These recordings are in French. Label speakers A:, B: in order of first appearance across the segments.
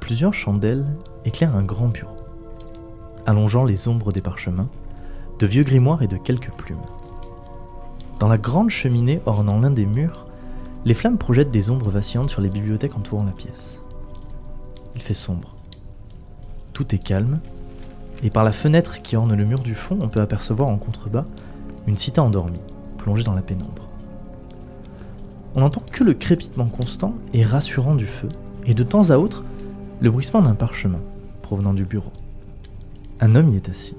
A: Plusieurs chandelles éclairent un grand bureau, allongeant les ombres des parchemins, de vieux grimoires et de quelques plumes. Dans la grande cheminée ornant l'un des murs, les flammes projettent des ombres vacillantes sur les bibliothèques entourant la pièce. Il fait sombre. Tout est calme, et par la fenêtre qui orne le mur du fond, on peut apercevoir en contrebas une cité endormie, plongée dans la pénombre. On n'entend que le crépitement constant et rassurant du feu, et de temps à autre, le bruissement d'un parchemin provenant du bureau. Un homme y est assis,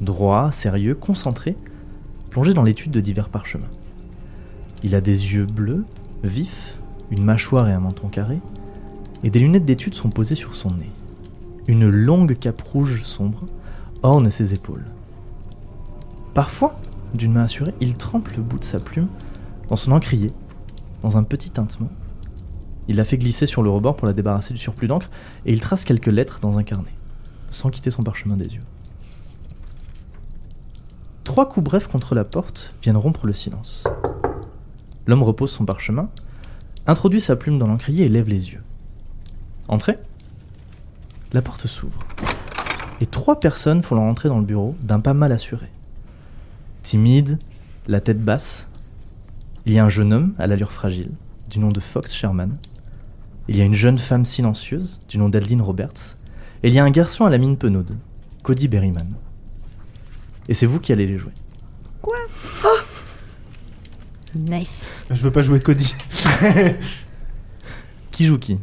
A: droit, sérieux, concentré, plongé dans l'étude de divers parchemins. Il a des yeux bleus, vifs, une mâchoire et un menton carré, et des lunettes d'étude sont posées sur son nez. Une longue cape rouge sombre orne ses épaules. Parfois, d'une main assurée, il trempe le bout de sa plume dans son encrier, dans un petit tintement. Il la fait glisser sur le rebord pour la débarrasser du surplus d'encre, et il trace quelques lettres dans un carnet, sans quitter son parchemin des yeux. Trois coups brefs contre la porte viennent rompre le silence. L'homme repose son parchemin, introduit sa plume dans l'encrier et lève les yeux. Entrez La porte s'ouvre. Et trois personnes font leur entrée dans le bureau d'un pas mal assuré. Timide, la tête basse, il y a un jeune homme à l'allure fragile, du nom de Fox Sherman. Il y a une jeune femme silencieuse, du nom d'Adeline Roberts. Et il y a un garçon à la mine penaude, Cody Berryman. Et c'est vous qui allez les jouer.
B: Nice.
C: Bah, Je veux pas jouer Cody.
A: Qui joue qui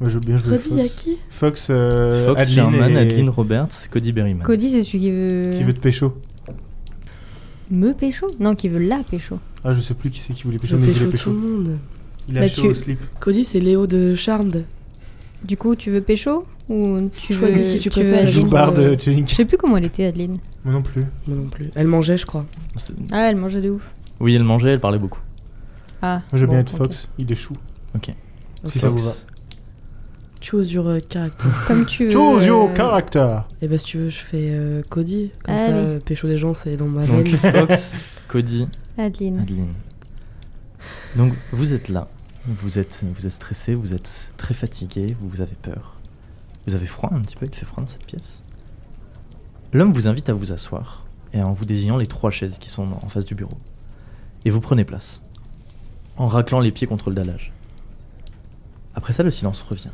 C: Moi, je veux bien jouer
D: Redis, à
C: Fox.
D: qui
C: Fox, euh,
A: Fox
C: Adeline
A: Sherman,
C: et-
A: Adeline Roberts, Cody Berryman.
B: Cody, c'est celui qui veut...
C: Qui veut te pécho
B: me pécho Non, qui veut la pécho.
C: Ah, je sais plus qui c'est qui voulait
D: Je
C: pécho, mais il est
D: pécho tout
C: pécho.
D: le monde.
C: Il a
B: Bah,
C: chaud
B: tu-
C: au slip.
D: Cody, c'est Léo de Charmed.
B: Du coup, tu veux pécho Ou tu veux...
D: Choisis qui tu
B: veux
D: préfères.
C: Je
B: Adeline
C: joue barre
D: euh,
C: de Chilling.
B: Je sais plus comment elle était, Adeline.
C: Moi non plus.
D: Moi non plus. Elle mangeait, je crois.
A: C'est-
B: Ah, elle mangeait de ouf.
A: Oui, elle mangeait, elle parlait beaucoup.
B: Ah.
C: Moi, j'aime
B: bon,
C: bien être
B: ok.
C: Fox. Il est chou. Si
D: Ok.
C: ça vous va.
A: Fox.
D: Choose your euh, character.
B: Comme tu veux.
C: Choose your
B: euh,
C: character
D: Et bah, si tu veux, je fais euh, Cody. Comme ça,
B: Allez.
D: euh, pécho des gens, c'est dans ma
A: Donc
D: veine.
A: Fox, Cody,
B: Adeline.
A: Adeline. Donc vous êtes là, vous êtes, vous êtes stressé, vous êtes très fatigué, vous, vous avez peur. Vous avez froid un petit peu, il fait froid dans cette pièce. L'homme vous invite à vous asseoir, et en vous désignant les trois chaises qui sont en face du bureau. Et vous prenez place, en raclant les pieds contre le dallage. Après ça, le silence revient.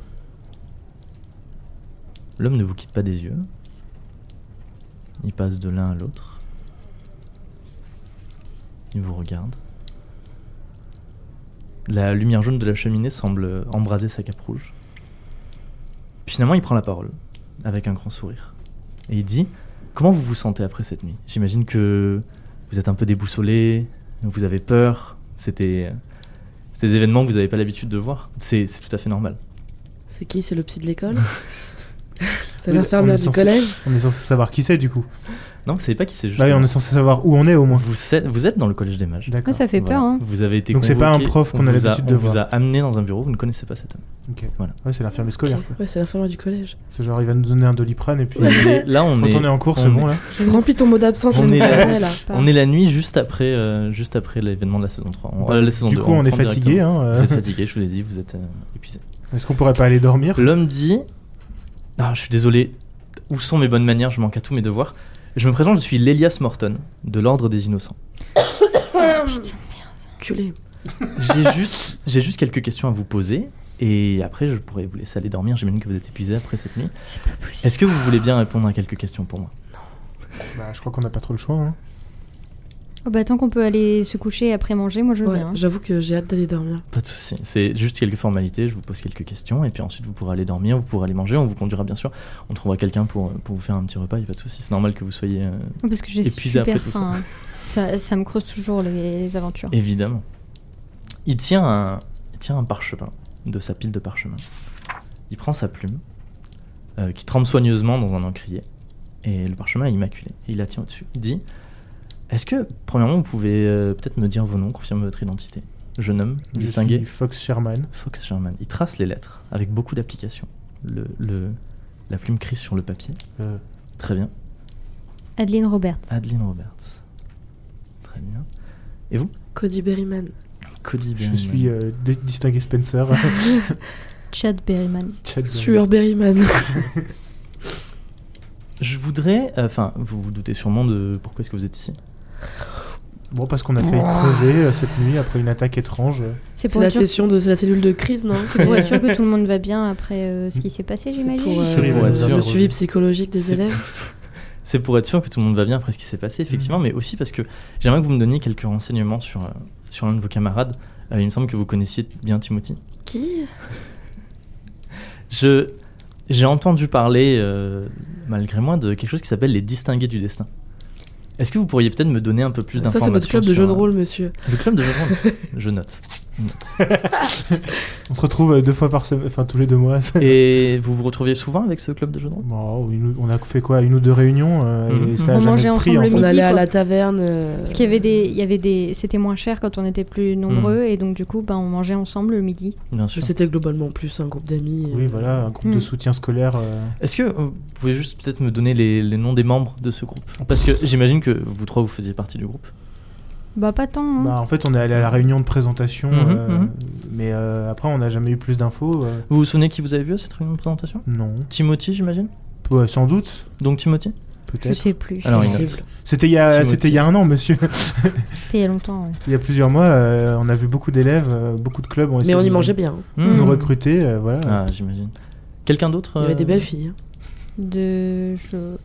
A: L'homme ne vous quitte pas des yeux. Il passe de l'un à l'autre. Il vous regarde. La lumière jaune de la cheminée semble embraser sa cape rouge. Puis finalement, il prend la parole, avec un grand sourire. Et il dit Comment vous vous sentez après cette nuit J'imagine que vous êtes un peu déboussolé, vous avez peur. C'était c'était des événements que vous n'avez pas l'habitude de voir. C'est c'est tout à fait normal.
D: C'est qui C'est le psy de l'école
C: Oui, on
D: C'est
C: est
D: l'infirmière du
C: censé-
D: collège
C: On est censé savoir qui c'est du coup.
A: Non, vous savez pas qui c'est juste.
C: Bah oui, on est censé savoir où on est au moins.
A: vous, sa- vous êtes dans le collège des mages.
B: Ouais,
C: D'accord.
B: ça fait
A: Voilà.
B: peur, hein.
A: Vous avez été
C: Donc c'est pas
A: convoqué,
C: un prof qu'on
A: on
C: a
A: vous
C: l'habitude de
A: On vous a
C: voir.
A: amené dans un bureau, vous ne connaissez pas cet homme.
C: Ouais, c'est l'infirmier scolaire quoi.
D: Ouais, c'est l'infirmière du collège.
C: C'est genre, il va nous donner un doliprane et puis. euh,
A: Il est- là, on
C: Quand
A: est,
C: on est en cours,
A: on
C: c'est bon
A: est-
C: là
B: Je ne
D: Remplis ton mot d'absence, je
A: On
D: ne
A: est
D: comprends
A: là.
D: là.
B: pas.
A: on est la nuit juste après, euh, juste après l'événement de la saison 3. On- euh, la saison
C: Bah, Du
A: 2,
C: coup, on est
A: prend
C: fatigué.
A: directement.
C: Hein, euh.
A: Vous êtes fatigué, je vous l'ai dit, vous êtes euh, épuisé.
C: Est-ce qu'on pourrait pas aller dormir
A: L'homme dit Ah, je suis désolé, où sont mes bonnes manières Je manque à tous mes devoirs. Je me présente, je suis l'Elias Morton, de l'Ordre des Innocents.
B: Putain.
D: Culé.
A: J'ai juste, j'ai juste quelques questions à vous poser, et après, je pourrais vous laisser aller dormir. J'imagine que vous êtes épuisé après cette nuit.
B: C'est pas possible.
A: Est-ce que vous voulez bien répondre à quelques questions pour moi
C: Bah, je crois qu'on a pas trop le choix. Hein.
B: Oh, bah, tant qu'on peut aller se coucher et après manger, moi je veux
D: Ouais,
B: bien. hein.
D: j'avoue que j'ai hâte d'aller dormir.
A: Pas de souci. C'est juste quelques formalités. Je vous pose quelques questions et puis ensuite vous pourrez aller dormir, vous pourrez aller manger. On vous conduira bien sûr. On trouvera quelqu'un pour, euh, pour vous faire un petit repas. Il a pas de souci. C'est normal que vous soyez euh,
B: Oh, Parce que j'ai
A: Épuisé après
B: super
A: tout ça.
B: faim. hein. Ça, ça me creuse toujours les, les aventures.
A: évidemment. Il tient un il tient un parchemin de sa pile de parchemin. Il prend sa plume euh, qui trempe soigneusement dans un encrier et le parchemin est immaculé. Et il la tient au-dessus. Il dit Est-ce que premièrement vous pouvez euh, peut-être me dire vos noms, confirmer votre identité, jeune homme
C: Je
A: distingué
C: suis Fox Sherman.
A: Fox Sherman, il trace les lettres avec beaucoup d'application. Le, le- la plume crise sur le papier.
C: Euh,
A: Très bien.
B: Adeline Roberts.
A: Adeline Roberts. Très bien.
D: Cody Berryman.
A: Cody
C: je euh,
A: Berryman.
C: suis euh, dé- distingué Spencer.
B: Chad Berryman.
C: Chad
D: Sueur Berryman.
A: Je voudrais. euh, Enfin, vous vous doutez sûrement de pourquoi est-ce que vous êtes ici.
C: Bon, parce qu'on a failli crever euh, cette nuit après une attaque étrange.
B: C'est
D: C'est
B: pour,
D: la
B: être sûr-
D: session de c'est la cellule de crise, non
B: c'est pour être sûr que tout le monde va bien après euh, ce qui s'est passé,
D: C'est
B: j'imagine.
D: pour, euh,
A: C'est pour
D: le-
A: être sûr.
D: le suivi psychologique des
A: C'est-
D: élèves.
A: C'est pour être sûr que tout le monde va bien après ce qui s'est passé, effectivement, mais aussi parce que j'aimerais que vous me donniez quelques renseignements sur, euh, sur l'un de vos camarades. Euh, il me semble que vous connaissiez bien Timothy.
D: Qui
A: Je j'ai entendu parler, euh, malgré moi, de quelque chose qui s'appelle les distingués du destin. Est-ce que vous pourriez peut-être me donner un peu plus
D: Ça,
A: d'informations
D: c'est notre club de
A: sur,
D: jeux de
A: euh,
D: rôle, monsieur.
A: Le club de jeux de rôle. Je note.
C: On se retrouve euh, deux fois par semaine, enfin tous les deux mois. ça.
A: Et vous vous retrouviez souvent avec ce club de jeux de rôle
C: Bon, oh, une- on a fait quoi Une ou deux réunions euh,
A: Mhm.
C: et ça a
B: On
C: jamais
B: mangeait
C: pris,
B: ensemble
C: en
B: le
C: fait.
D: On
B: midi,
D: allait à
B: quoi.
D: la taverne. euh,
B: Parce qu'il y avait des, il y avait des, c'était moins cher quand on était plus nombreux
A: Hmm.
B: et donc du coup, bah, on mangeait ensemble le midi.
A: Bien sûr.
D: C'était globalement plus un groupe d'amis.
C: Oui,
D: euh,
C: voilà, un groupe de
B: Mm.
C: soutien scolaire. euh,
A: Est-ce que euh, vous pouvez juste peut-être me donner les, les noms des membres de ce groupe Parce que j'imagine que vous trois, vous faisiez partie du groupe.
B: Bah pas tant. hein.
C: Bah, en fait, on est allé à la réunion de présentation,
A: Mhm,
C: euh,
A: mhm.
C: mais euh, après, on n'a jamais eu plus d'infos. euh,
A: Vous vous souvenez qui vous avez vu à cette réunion de présentation
C: non.
A: Timothy, j'imagine
C: Peu- sans doute,
A: Donc Timothy
B: je
C: peut-être.
B: sais plus.
A: Alors, Ah il
D: euh, possible.
A: note.
C: C'était il, y a-
A: Timothy.
C: c'était il y a un an, monsieur.
B: C'était il y a longtemps. ouais.
C: il y a plusieurs mois, euh, on a vu beaucoup d'élèves, euh, beaucoup de clubs ont essayé
D: Mais on y
C: de
D: mangeait bien. hein.
B: Mm.
C: nous
B: Hmm.
C: recruter. euh, voilà.
A: Ah, j'imagine. Quelqu'un d'autre
D: Il y avait des
A: euh,
D: belles filles. hein.
B: De, je,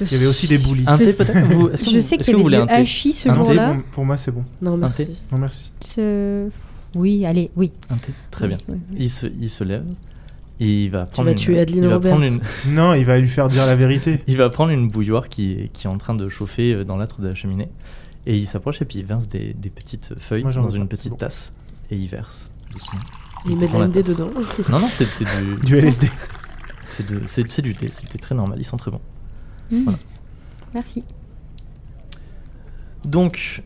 B: je-
C: Il y avait aussi des bullies.
A: Un
B: Je
A: thé
B: sais-
A: peut-être Vous- Est-ce que
B: Je
A: vous-
B: sais
A: est-ce
B: qu'il
A: que
B: y
A: vous voulez
B: avait
A: un
B: du
A: thé
B: hachis ce
A: Un thé,
B: jour-là.
C: bon, pour moi, c'est bon.
D: Non,
A: Un thé
D: merci.
C: Non, merci.
B: Ce- Oui, allez, oui.
A: Un thé. Très bien.
B: Oui, oui.
A: Il se, il se lève et il va prendre.
D: vas
A: une-
D: tuer Adeline
A: il va
D: Roberts.
A: prendre une-
C: Non, il va lui faire dire la vérité.
A: il va prendre une bouilloire qui est, qui est en train de chauffer euh, dans l'âtre de la cheminée et il s'approche et puis il verse des, des petites feuilles
C: Moi, j'en
A: dans
C: veux
A: une
C: pas, c'est
A: petite
C: bon.
A: tasse et il verse. doucement.
D: Il met de
A: prend
D: la
A: la
D: MD
A: tasse.
D: dedans.
A: Non, non, c'est c'est du,
C: Du LSD.
A: c'est de- c'est- c'est du thé, c'est du thé très normal, ils sont très bons.
B: Mm.
A: Voilà.
B: Merci.
A: Donc,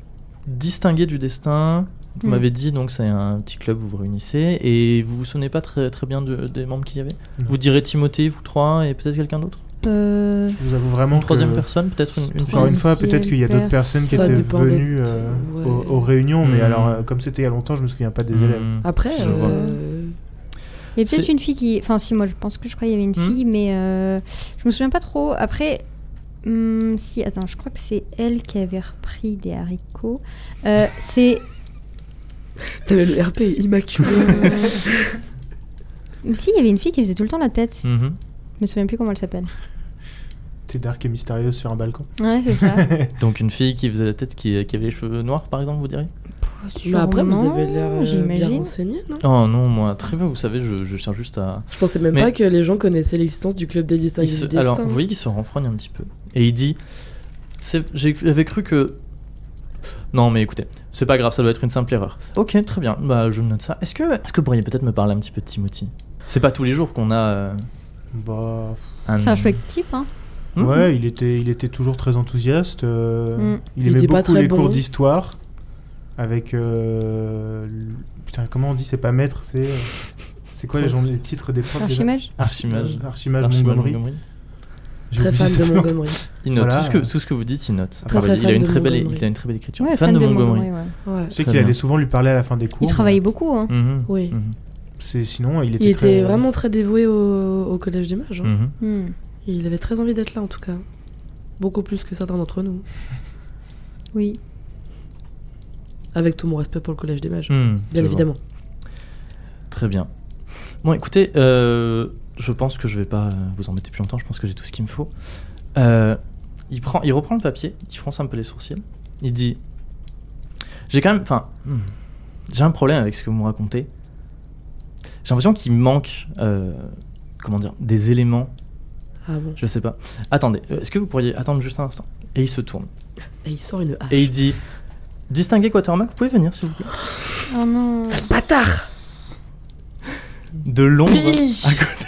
A: distingué du destin, vous
D: Hmm.
B: Mm.
A: m'avez dit donc c'est un petit club, vous vous réunissez et vous vous souvenez pas très, très bien de- des membres qu'il y avait
C: Non.
A: Vous direz Timothée, vous trois et peut-être quelqu'un d'autre
B: Euh,
C: Je vous avoue vraiment.
A: Une troisième
C: que-
A: personne, peut-être une, une
C: euh, Encore
A: fille
C: une fois, peut-être qu'il y a d'autres personnes qui
D: Ça
C: étaient
D: dépend des-
C: venues euh,
D: Ouais.
C: aux, aux réunions, mais
A: Mhm.
C: alors, euh, comme c'était il y a longtemps, je me souviens pas des
A: Mm.
C: élèves.
D: Après,
A: Je
D: euh,
B: Il y a peut-être
A: C'est-
B: une fille qui. Enfin, si, moi je pense que je crois qu'il y avait une
A: Hmm.
B: fille, mais euh, je me souviens pas trop. Après, hum, si, attends, je crois que c'est elle qui avait repris des haricots. Euh, c'est.
D: t'avais le RP immaculé.
B: euh, si, il y avait une fille qui faisait tout le temps la tête.
A: Mhm.
B: Je me souviens plus comment elle s'appelle.
C: T'es dark et mystérieuse sur un balcon.
B: Ouais, c'est ça.
A: Donc une fille qui faisait la tête, qui, qui avait les cheveux noirs, par exemple, vous diriez
D: Mais après, vous avez l'air euh, bien
B: J'imagine.
D: renseigné, non
A: Oh non, moi, très peu, vous savez, je, je cherche juste à...
D: Je pensais même
A: Mais-
D: pas que les gens connaissaient l'existence du club des distingués
A: Il se-
D: du destin.
A: Alors, vous voyez qu'il se renfrogne un petit peu. Et il dit... C'est- j'ai- J'avais cru que... Non, mais écoutez, c'est pas grave, ça doit être une simple erreur. Ok, très bien, bah je me note ça. Est-ce que, est ce que vous pourriez peut-être me parler un petit peu de Timothy C'est pas tous les jours qu'on a euh,
C: bah,
B: C'est un chouette type, hein.
A: Mhm.
C: ouais, il était, il était toujours très enthousiaste. euh,
B: Mhm.
C: Il
D: Hmm. Il
C: aimait
D: était pas
C: beaucoup
D: très
C: les cours
D: bon.
C: d'histoire. Avec. euh, l- Putain, comment on dit C'est pas maître, c'est. euh, C'est quoi les, gens, les titres des profs déjà
B: Archimage
A: Archimage.
C: Euh, Archimage
A: Archimage
C: Montgomery.
A: Montgomery.
C: J'ai
D: Très
C: oublié
D: fan
C: ce
D: de
C: nom.
D: Montgomery.
A: Il note
C: Voilà.
A: tout, ce que, tout ce que vous dites, il note.
C: Très,
A: Ah,
D: très
A: vas-y, il, a
D: fan
A: une
D: de
A: très belle,
D: Montgomery.
A: il a une très belle écriture.
B: Ouais,
A: fan, de, Montgomery.
B: ouais.
D: Ouais.
C: Je sais
A: Très
C: qu'il allait
A: bien.
C: souvent lui parler à la fin des cours.
B: Il travaillait beaucoup, hein.
A: Mhm.
D: Oui.
A: Mhm.
C: C'est sinon, il était,
D: Il était
A: euh,
C: très-
D: vraiment très dévoué au, au collège des mages. hein.
A: Mhm.
B: Hmm.
D: Il avait très envie d'être là, en tout cas. Beaucoup plus que certains d'entre nous.
B: Oui.
D: Avec tout mon respect pour le collège des mages,
A: Mhm. Je
D: bien
A: vois.
D: évidemment.
A: Très bien. Bon, écoutez, euh, je pense que je vais pas euh, vous embêter plus longtemps. Je pense que j'ai tout ce qu'il me faut. Euh, il, prend, il reprend le papier, il fronce un peu les sourcils. Il dit J'ai quand même. Enfin, hmm, j'ai un problème avec ce que vous me racontez. J'ai l'impression qu'il manque. euh, comment dire Des éléments.
D: Ah bon.
A: Je sais pas. Attendez, euh, est-ce que vous pourriez attendre juste un instant Et il se tourne.
D: Et il sort une hache.
A: Et il dit Distingué Quatermac, vous pouvez venir s'il vous plaît.
B: Oh non.
D: Sale
A: Ah
D: bâtard
A: De l'ombre.
D: Billy
A: à côté-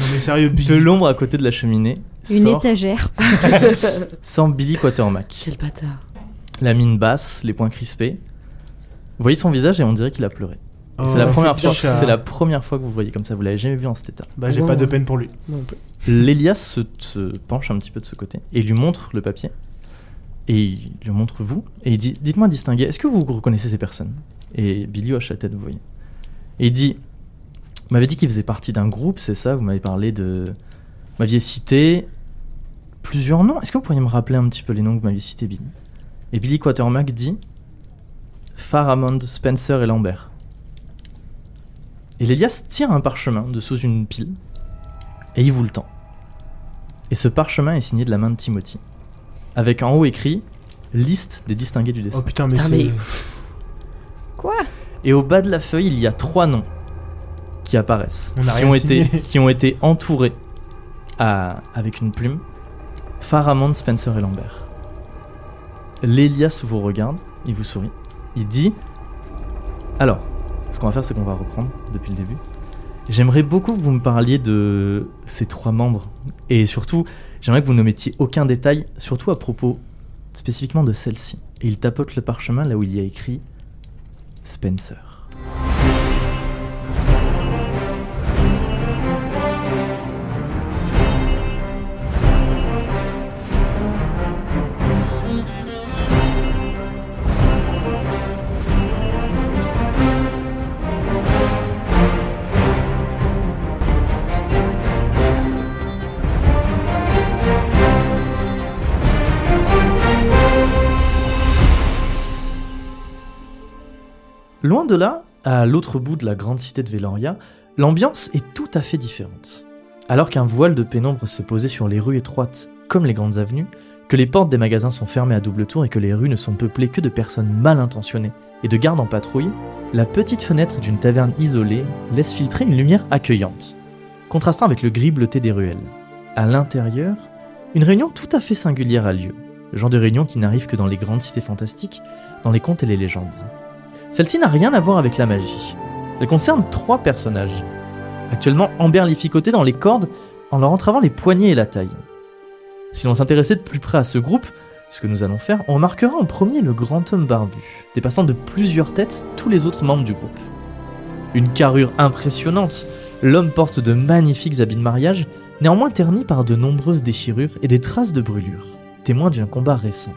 C: Non, mais sérieux,
A: De
C: Billy.
A: l'ombre à côté de la cheminée.
B: Une
A: sort-
B: étagère.
A: Sans Billy Quatermack.
D: Quel bâtard.
A: La mine basse, les poings crispés. Vous voyez son visage et on dirait qu'il a pleuré. Et
C: Oh,
A: c'est la,
C: bah,
A: première fois-
C: bizarre.
A: c'est la première fois que vous voyez comme ça, vous l'avez jamais vu en cet état.
C: Bah, j'ai pas de peine pour lui.
D: Non, on peut-
A: L'Elias se, se penche un petit peu de ce côté et lui montre le papier. Et il lui montre vous. Et il dit Dites-moi distingué, est-ce que vous reconnaissez ces personnes Et Billy hoche la tête, vous voyez. Et il dit Vous m'avez dit qu'il faisait partie d'un groupe, c'est ça Vous m'avez parlé de. Vous m'aviez cité plusieurs noms. Est-ce que vous pourriez me rappeler un petit peu les noms que vous m'aviez cités, Billy Et Billy Quatermack dit Faramond, Spencer et Lambert. Et Lélias tire un parchemin de sous une pile et il vous le tend. Et ce parchemin est signé de la main de Timothy, avec en haut écrit Liste des distingués du destin.
C: Oh putain, mais
D: Putain,
C: c'est.
D: mais-
B: Quoi
A: Et au bas de la feuille, il y a trois noms qui apparaissent,
C: On n'a
A: qui
C: rien
A: ont,
C: signé.
A: été, qui ont été entourés à- avec une plume. Faramond, Spencer et Lambert. L'Elias vous regarde, il vous sourit, il dit Alors, ce qu'on va faire, c'est qu'on va reprendre depuis le début. J'aimerais beaucoup que vous me parliez de ces trois membres, et surtout, j'aimerais que vous ne mettiez aucun détail, surtout à propos spécifiquement de celle-ci. Et il tapote le parchemin là où il y a écrit Spencer. Loin de là, à l'autre bout de la grande cité de Veloria, l'ambiance est tout à fait différente. Alors qu'un voile de pénombre s'est posé sur les rues étroites, comme les grandes avenues, que les portes des magasins sont fermées à double tour et que les rues ne sont peuplées que de personnes mal intentionnées et de gardes en patrouille, la petite fenêtre d'une taverne isolée laisse filtrer une lumière accueillante, contrastant avec le gris bleuté des ruelles. À l'intérieur, une réunion tout à fait singulière a lieu, le genre de réunion qui n'arrive que dans les grandes cités fantastiques, dans les contes et les légendes. Celle-ci n'a rien à voir avec la magie. Elle concerne trois personnages, actuellement emberlificotés dans les cordes en leur entravant les poignets et la taille. Si l'on s'intéressait de plus près à ce groupe, ce que nous allons faire, on remarquera en premier le grand homme barbu, dépassant de plusieurs têtes tous les autres membres du groupe. Une carrure impressionnante, l'homme porte de magnifiques habits de mariage, néanmoins ternis par de nombreuses déchirures et des traces de brûlures, témoins d'un combat récent.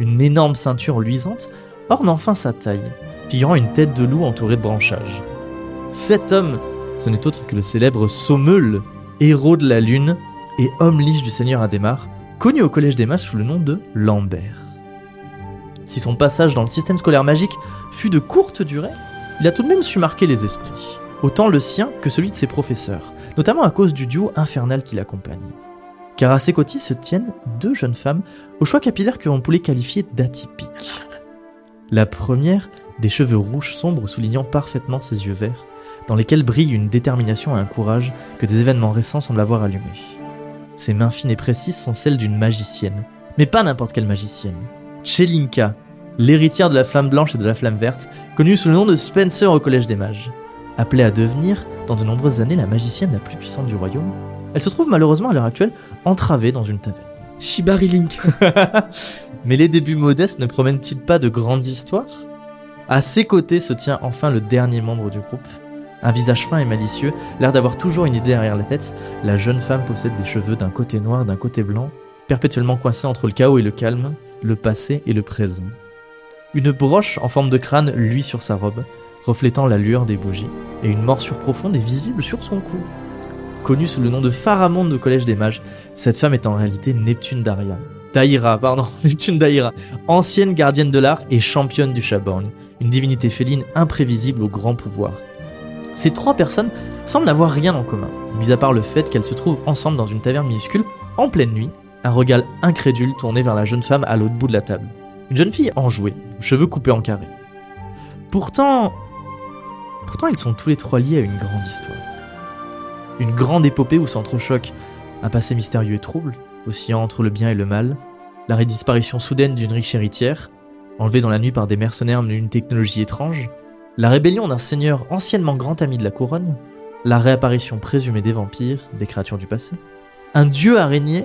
A: Une énorme ceinture luisante orne enfin sa taille, figurant une tête de loup entourée de branchages. Cet homme, ce n'est autre que le célèbre Sommeul, héros de la lune et homme lige du seigneur Adhémar, connu au collège des mages sous le nom de Lambert. Si son passage dans le système scolaire magique fut de courte durée, il a tout de même su marquer les esprits, autant le sien que celui de ses professeurs, notamment à cause du duo infernal qui l'accompagne. Car à ses côtés se tiennent deux jeunes femmes au choix capillaire que l'on pouvait qualifier d'atypique. La première des cheveux rouges sombres soulignant parfaitement ses yeux verts, dans lesquels brille une détermination et un courage que des événements récents semblent avoir allumé. Ses mains fines et précises sont celles d'une magicienne, mais pas n'importe quelle magicienne. Chelinka, l'héritière de la flamme blanche et de la flamme verte, connue sous le nom de Spencer au Collège des Mages. Appelée à devenir, dans de nombreuses années, la magicienne la plus puissante du royaume, elle se trouve malheureusement à l'heure actuelle entravée dans une taverne.
D: Shibari Link.
A: Mais les débuts modestes ne promènent-ils pas de grandes histoires À ses côtés se tient enfin le dernier membre du groupe. Un visage fin et malicieux, l'air d'avoir toujours une idée derrière la tête, la jeune femme possède des cheveux d'un côté noir, d'un côté blanc, perpétuellement coincée entre le chaos et le calme, le passé et le présent. Une broche en forme de crâne luit sur sa robe, reflétant la lueur des bougies, et une morsure profonde est visible sur son cou. Connue sous le nom de Pharamonde au Collège des Mages, cette femme est en réalité Neptune Daria, Daïra, pardon, Neptune Daïra, ancienne gardienne de l'art et championne du Chaborn, une divinité féline imprévisible au grand pouvoir. Ces trois personnes semblent n'avoir rien en commun, mis à part le fait qu'elles se trouvent ensemble dans une taverne minuscule, en pleine nuit, un regard incrédule tourné vers la jeune femme à l'autre bout de la table. Une jeune fille enjouée, aux cheveux coupés en carré. Pourtant. Pourtant, ils sont tous les trois liés à une grande histoire. Une grande épopée où s'entrechoquent un passé mystérieux et trouble, oscillant entre le bien et le mal, la redisparition soudaine d'une riche héritière, enlevée dans la nuit par des mercenaires menus d'une technologie étrange, la rébellion d'un seigneur anciennement grand ami de la couronne, la réapparition présumée des vampires, des créatures du passé, un dieu araignée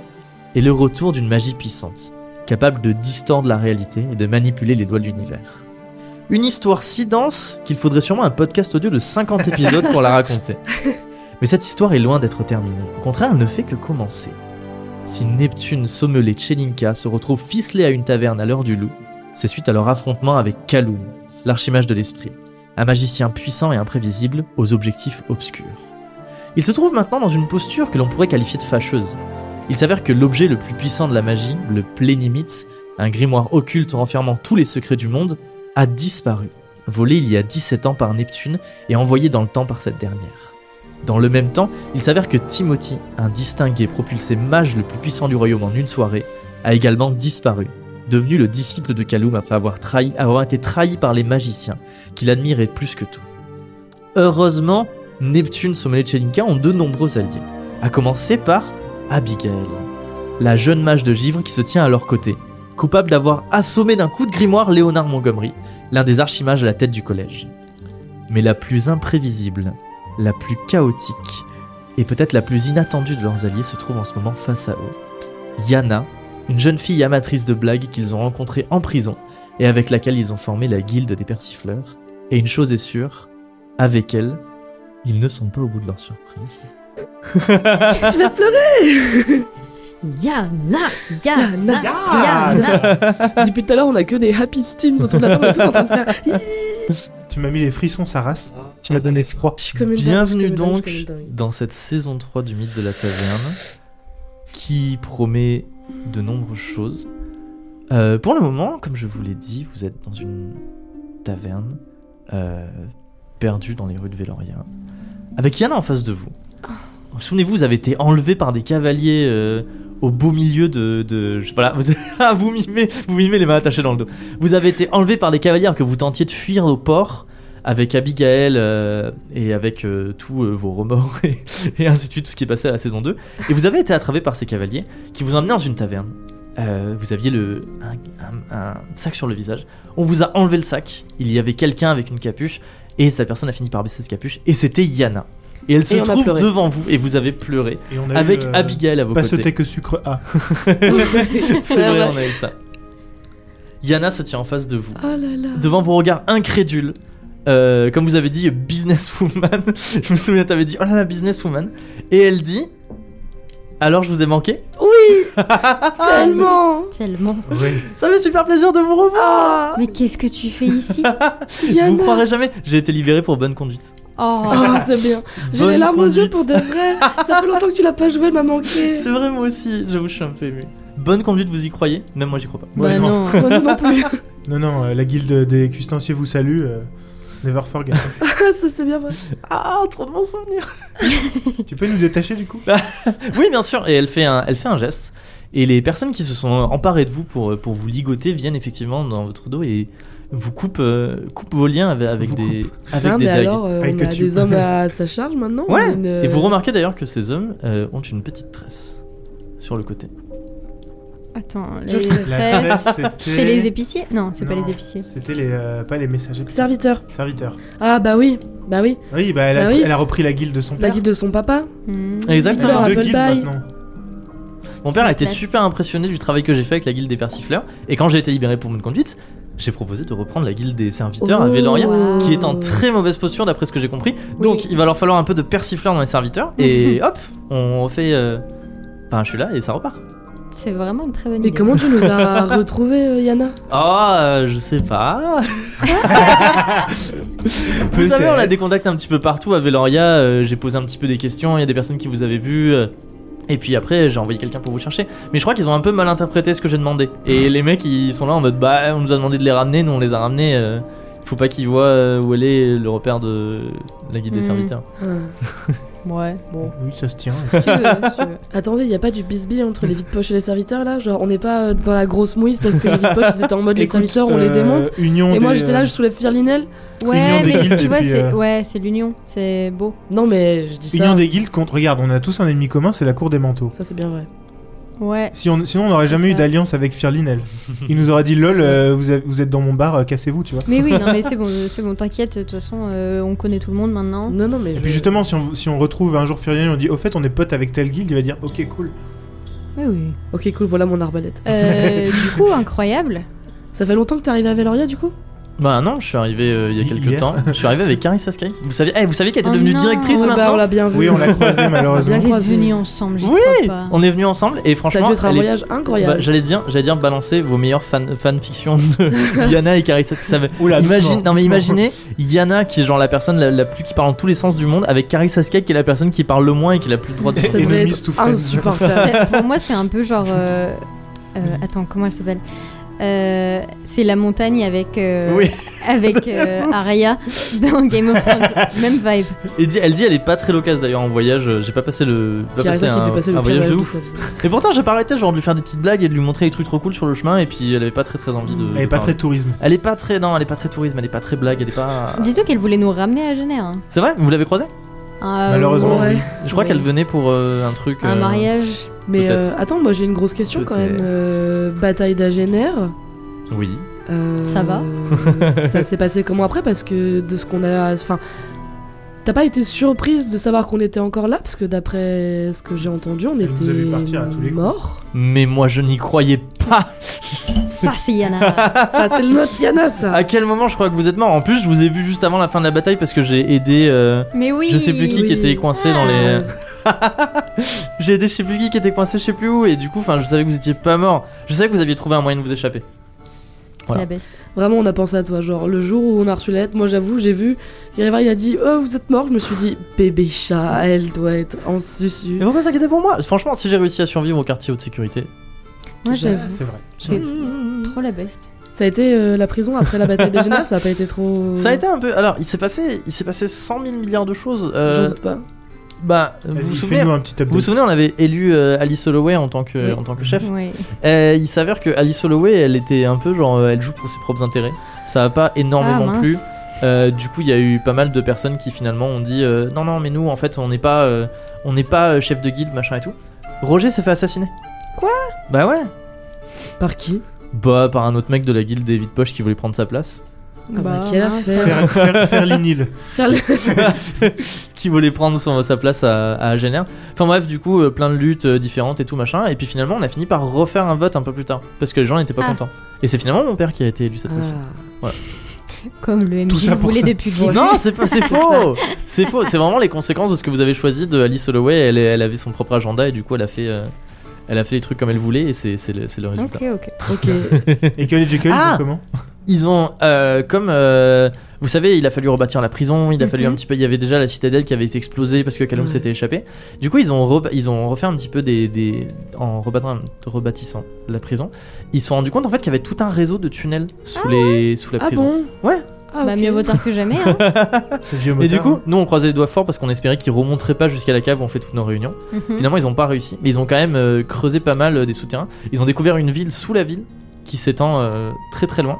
A: et le retour d'une magie puissante, capable de distordre la réalité et de manipuler les lois de l'univers. Une histoire si dense qu'il faudrait sûrement un podcast audio de 50 épisodes pour la raconter. Mais cette histoire est loin d'être terminée. Au contraire, elle ne fait que commencer. Si Neptune, Sommel et Chelinka se retrouvent ficelés à une taverne à l'heure du loup, c'est suite à leur affrontement avec Kaloum, l'archimage de l'esprit, un magicien puissant et imprévisible aux objectifs obscurs. Il se trouve maintenant dans une posture que l'on pourrait qualifier de fâcheuse. Il s'avère que l'objet le plus puissant de la magie, le Plénimite, un grimoire occulte renfermant tous les secrets du monde, a disparu, volé il y a 17 ans par Neptune et envoyé dans le temps par cette dernière. Dans le même temps, il s'avère que Timothy, un distingué propulsé mage le plus puissant du royaume en une soirée, a également disparu, devenu le disciple de Kaloum après avoir, trahi- avoir été trahi par les magiciens, qu'il admirait plus que tout. Heureusement, Neptune, Sommel et Tchelinka ont de nombreux alliés, à commencer par Abigail, la jeune mage de givre qui se tient à leur côté, coupable d'avoir assommé d'un coup de grimoire Léonard Montgomery, l'un des archimages à la tête du collège. Mais la plus imprévisible, la plus chaotique, et peut-être la plus inattendue de leurs alliés se trouve en ce moment face à eux. Yana, une jeune fille amatrice de blagues qu'ils ont rencontrée en prison et avec laquelle ils ont formé la guilde des persifleurs. Et une chose est sûre, avec elle, ils ne sont pas au bout de leur surprise.
D: Je vais pleurer
B: Yana Yana
D: Yana.
B: Yana
D: Depuis tout à l'heure, on a que des happy steams autour de la table, on est tous en train de faire.
C: Tu m'as mis les frissons, sa race. Tu m'as donné froid.
D: Je suis comme une dingue,
A: Bienvenue
D: je suis comme une
A: donc
D: dingue, je suis comme une dingue.
A: dans cette saison 3 du mythe de la taverne qui promet de nombreuses choses. Euh, pour le moment, comme je vous l'ai dit, vous êtes dans une taverne euh, perdue dans les rues de Véloria avec Yana en face de vous.
D: Oh.
A: Souvenez-vous, vous avez été enlevé par des cavaliers euh, au beau milieu de. de- je- voilà, vous, ah, vous, mimez, vous mimez les mains attachées dans le dos. Vous avez été enlevé par des cavaliers alors que vous tentiez de fuir au port avec Abigail euh, et avec euh, tous euh, vos remords et, et ainsi de suite, tout ce qui est passé à la saison 2. Et vous avez été attrapé par ces cavaliers qui vous ont emmené dans une taverne. Euh, vous aviez le, un, un- un sac sur le visage. On vous a enlevé le sac. Il y avait quelqu'un avec une capuche et cette personne a fini par baisser cette capuche et c'était Yana. Et elle se
D: Et on a
A: trouve
D: pleuré.
A: devant vous et vous avez pleuré
C: Et on a
A: avec
C: eu, euh,
A: Abigail à vos
C: Pas ce
A: côtés.
C: thé que sucre A.
A: C'est
D: Ouais,
A: vrai,
D: ouais.
A: on a eu ça. Yana se tient en face de vous
D: Oh là là.
A: devant vos regards incrédules. euh, comme vous avez dit, businesswoman. je me souviens, t'avais dit, oh là là, businesswoman. Et elle dit, alors je vous ai manqué. Ah,
D: Tellement
B: Tellement.
C: Oui.
A: Ça fait super plaisir de vous revoir.
B: Mais qu'est-ce que tu fais ici
A: vous ne
D: Yana
A: croirez jamais. J'ai été libéré pour bonne conduite.
B: Oh
D: Oh, c'est bien. J'ai les
A: Bonne
D: larmes aux yeux
A: conduite.
D: pour de vrai. Ça fait longtemps que tu l'as pas joué, elle m'a manqué.
A: C'est vrai, moi aussi. J'avoue, je suis un peu ému. Bonne conduite, vous y croyez Même moi, j'y crois pas.
B: Bah
C: Ouais, non.
B: non
D: Moi, non, non plus.
C: Non, non, euh, la guilde des custanciers vous salue. euh, never forget.
D: ça, c'est bien vrai.
A: Ah, trop de bons souvenirs.
C: tu peux nous détacher du coup
A: Oui, bien sûr. Et elle fait un, elle fait un geste. Et les personnes qui se sont emparées de vous pour, pour vous ligoter viennent effectivement dans votre dos et vous coupent, euh, coupent vos liens avec, avec
C: Vous
A: des, avec
D: Non,
A: des
D: mais
A: dagues.
D: alors, euh,
C: Avec
D: on
C: le
D: a
C: tube.
D: des hommes à sa charge maintenant
A: Ouais.
D: on a une, euh,
A: Et vous remarquez d'ailleurs que ces hommes euh, ont une petite tresse sur le côté.
B: Attends,
D: Je
B: les
D: le sais.
C: La
B: fesses.
C: tresse, c'était.
B: C'est les épiciers Non, c'est pas
C: Non,
B: les épiciers.
C: C'était les, euh, pas les messagers.
D: Serviteur.
C: Serviteurs.
D: Ah, bah oui. Bah oui.
C: Oui, bah elle a,
D: Bah oui.
C: elle a repris la guilde de son
D: La
C: père.
D: guide de son papa.
B: Hmm.
A: Exactement.
C: Elle a deux
D: Victor
C: guildes
D: Appleby.
C: maintenant.
A: Mon père a été
B: Tresse.
A: super impressionné du travail que j'ai fait avec la guilde des persifleurs, et quand j'ai été libéré pour mon conduite, j'ai proposé de reprendre la guilde des serviteurs à
D: Oh.
A: Véloria,
B: Wow.
A: qui est en très mauvaise posture d'après ce que j'ai compris. Donc il va leur falloir un peu de persifleurs dans les serviteurs, et hop, on fait... euh, Enfin, je suis là et ça repart.
B: C'est vraiment une très bonne
D: Mais
B: idée.
D: comment tu nous as retrouvés, euh, Yana
A: Ah, euh, je sais pas. vous
C: Peut-être.
A: savez, on a des contacts un petit peu partout à Veloria. euh, j'ai posé un petit peu des questions. Il y a des personnes qui vous avaient vu. euh, et puis après, j'ai envoyé quelqu'un pour vous chercher. Mais je crois qu'ils ont un peu mal interprété ce que j'ai demandé.
C: Ah.
A: Et les mecs, ils sont là en mode Bah, on nous a demandé de les ramener. Nous, on les a ramenés. euh, faut pas qu'ils voient euh, où elle est le repère de la guide des
B: Mhm.
A: serviteurs.
D: Ah.
B: Ouais, bon.
C: Oui, ça se tient.
B: Si tu veux, si tu veux.
D: Attendez, y a pas du bisbille entre les vides poches et les serviteurs là Genre, on n'est pas euh, dans la grosse mouise parce que les vides poches ils étaient en mode les
C: Écoute,
D: serviteurs, on les
C: euh,
D: démonte.
C: Union
D: Et moi
C: des, euh,
D: j'étais là, je soulève Firlinel.
B: Ouais,
C: des
B: mais
C: guildes,
B: tu
C: et
B: vois,
C: puis,
B: c'est
C: euh,
B: ouais, c'est l'union, c'est beau.
D: Non, mais je dis
C: Union
D: ça.
C: des guildes contre. Regarde, on a tous un ennemi commun, c'est la cour des manteaux.
D: Ça, c'est bien vrai.
B: Ouais.
C: Si on- sinon, on n'aurait
B: C'est
C: jamais eu
B: ça.
C: d'alliance avec Firlinel. Il nous aurait dit lol, euh, vous, êtes, vous êtes dans mon bar, euh, cassez-vous, tu vois.
B: Mais oui, non, mais c'est bon, c'est bon, t'inquiète, de toute façon, euh, on connaît tout le monde maintenant.
D: Non, non, mais.
C: Et
D: je-
C: puis justement, si on, si on retrouve un jour Firlinel, on dit au fait, on est potes avec telle guilde, il va dire ok, cool.
B: Oui, oui.
D: Ok, cool, voilà mon arbalète.
B: Euh, du coup, incroyable.
D: Ça fait longtemps que t'es arrivé à Veloria du coup Oh,
A: Bah non, je suis arrivé euh, il y a
C: Hi-
A: quelques
C: hier.
A: temps. Je suis arrivé avec Carissa Sky. Vous savez, eh, vous savez qu'elle était
B: Oh
A: devenue
B: non.
A: directrice
B: Ouais,
D: Ouais, bah, on
A: maintenant.
D: l'a bien vu.
C: Oui, on l'a croisé malheureusement.
D: Bien
B: Vous êtes
D: croisé.
B: venus ensemble, j'y
A: Oui,
B: crois pas.
A: Eh, On est venu ensemble et
D: Ça a
A: franchement,
D: dû être un
A: elle est-
D: voyage
A: Bah,
D: incroyable.
A: j'allais dire, j'allais dire balancer vos meilleures fan fanfictions de Yana et Carissa. Ça va-
C: Oula, Bah, doucement,
A: Imagine, non mais
C: doucement.
A: imaginez Yana qui est genre la personne la, la plus qui parle en tous les sens du monde avec Carissa Sky qui est la personne qui parle le moins et qui est la plus droite.
C: Et-
D: ça
C: et
D: devait
C: Enemies to
D: être
C: friends.
D: insupportable.
B: C'est- Pour moi, c'est un peu genre. euh, euh, attends, comment elle s'appelle Euh, C'est la montagne avec, euh,
A: Oui.
B: avec euh, Arya dans Game of Thrones. Même vibe.
A: Et dit, elle dit elle est pas très loquace d'ailleurs en voyage. euh, J'ai pas passé le, pas
D: Qui a
A: passé
D: raison, qui
A: un,
D: était passé
A: un
D: le pire
A: voyage de
D: voyage de
A: ouf.
D: sa vie.
A: Et pourtant j'ai pas arrêté genre de lui faire des petites blagues et de lui montrer des trucs trop cool sur le chemin et puis elle avait pas très très envie de.
C: Elle est
A: de
C: pas
A: parler.
C: très tourisme.
A: Elle est pas très non, elle est pas très tourisme, elle est pas très blague, elle est pas.
B: Dis-toi qu'elle voulait nous ramener à Genève. hein.
A: C'est vrai, vous l'avez croisée Ah
B: Un-
C: Malheureusement,
D: Ouais.
C: oui.
A: Je crois
B: Oui.
A: qu'elle venait pour euh, un truc.
B: Un
A: euh,
B: mariage.
D: Mais
A: Peut-être.
D: euh, attends, moi j'ai une grosse question quand même.
A: Peut-être.
D: Euh, bataille d'Agener.
A: Oui.
D: euh,
B: Ça va
D: Ça s'est passé comment après Parce que de ce qu'on a. Enfin. T'as pas été surprise de savoir qu'on était encore là Parce que d'après ce que j'ai entendu, on
C: Elle nous a
D: était
C: vu partir à tous les coups.
D: morts.
A: Mais moi je n'y croyais pas.
B: Ça, c'est Yana.
D: Ça, c'est le notre Yana, ça
C: Ah.
A: À quel moment je crois que vous êtes mort En plus, je vous ai vu juste avant la fin de la bataille parce que j'ai aidé. euh,
B: Mais oui.
A: je sais plus qui
D: oui.
A: qui était coincé dans les. j'ai aidé je sais plus qui qui était coincé je sais plus où et du coup, enfin, je savais que vous étiez pas mort. Je savais que vous aviez trouvé un moyen de vous échapper.
B: C'est
A: Voilà.
B: la best.
D: Vraiment, on a pensé à toi. Genre, le jour où on a reçu la lettre, moi j'avoue, j'ai vu. Yereva, il a dit Oh, vous êtes mort. Je me suis dit Bébé chat, elle doit être en susu.
A: Mais pourquoi s'inquiéter pour moi Franchement, si j'ai réussi à survivre au quartier haute sécurité.
B: Moi,
D: J'avoue.
B: j'avoue.
C: C'est vrai.
B: C'est trop la best.
D: Ça a été euh, la prison après la bataille des Génères Ça a pas été trop.
A: Ça a été un peu. Alors, il s'est passé, il s'est passé 100 000 milliards de choses.
D: J'en
A: euh,
D: doute pas.
A: bah, vous
C: Vas-y,
A: vous souvenez
C: fais-nous un petit update.
A: Vous vous souvenez, on avait élu euh, Alice Holloway en tant que,
D: Oui.
A: en tant que chef.
B: Ouais.
A: Euh, il s'avère que Alice Holloway, elle était un peu genre, euh, elle joue pour ses propres intérêts. Ça a pas énormément
B: Ah, mince.
A: plu. Euh, du coup, il y a eu pas mal de personnes qui finalement ont dit euh, non, non, mais nous, en fait, on n'est pas, euh, on n'est pas euh, chef de guilde, machin et tout. Roger s'est fait assassiner.
B: Quoi
A: Bah ouais.
D: Par qui
A: Bah par un autre mec de la guilde des vides poches qui voulait prendre sa place.
D: bah, quelle affaire.
C: Faire, faire, faire l'inil.
D: Faire le-
A: qui voulait prendre son- sa place à, à Agener. Enfin bref, du coup, euh, plein de luttes euh, différentes et tout machin. Et puis finalement, on a fini par refaire un vote un peu plus tard parce que les gens n'étaient pas
B: Ah.
A: contents. Et c'est finalement mon père qui a été élu cette fois-ci.
D: Ah.
B: hein. Comme le
C: Tout
B: MJ
C: ça
B: le
C: pour
B: voulait
C: ça.
B: depuis le début.
A: Non, c'est pas- c'est faux. C'est faux. C'est vraiment les conséquences de ce que vous avez choisi de Alice Holloway. Elle, elle avait son propre agenda et du coup, elle a fait, euh, elle a fait les trucs comme elle voulait et c'est c'est le, c'est le résultat.
B: Ok, ok.
D: Ok.
C: Et que les Jekyll, ils
A: Ah
C: sont comment
A: Ils ont, euh, comme euh, vous savez, il a fallu rebâtir la prison. Il a fallu
B: Mhm.
A: un petit peu. Il y avait déjà la citadelle qui avait été explosée parce que Calum
D: Ouais.
A: s'était échappé. Du coup, ils ont reba- ils ont refait un petit peu des, des- en rebâtant- rebâtissant la prison. Ils se sont rendus compte en fait qu'il y avait tout un réseau de tunnels sous les sous la
D: Ah
A: prison.
D: bon
A: Ouais.
D: Ah,
B: Bah,
D: ok.
B: mieux vaut tard que jamais. hein.
C: Ce vieux
A: Et
C: motard,
A: du coup,
C: hein.
A: nous on croisait les doigts fort parce qu'on espérait qu'ils remonteraient pas jusqu'à la cave où on fait toutes nos réunions.
C: Mm.
B: Mhm.
A: Finalement, ils ont pas réussi, mais ils ont quand même euh, creusé pas mal euh, des souterrains. Ils ont découvert une ville sous la ville qui s'étend euh, très très loin.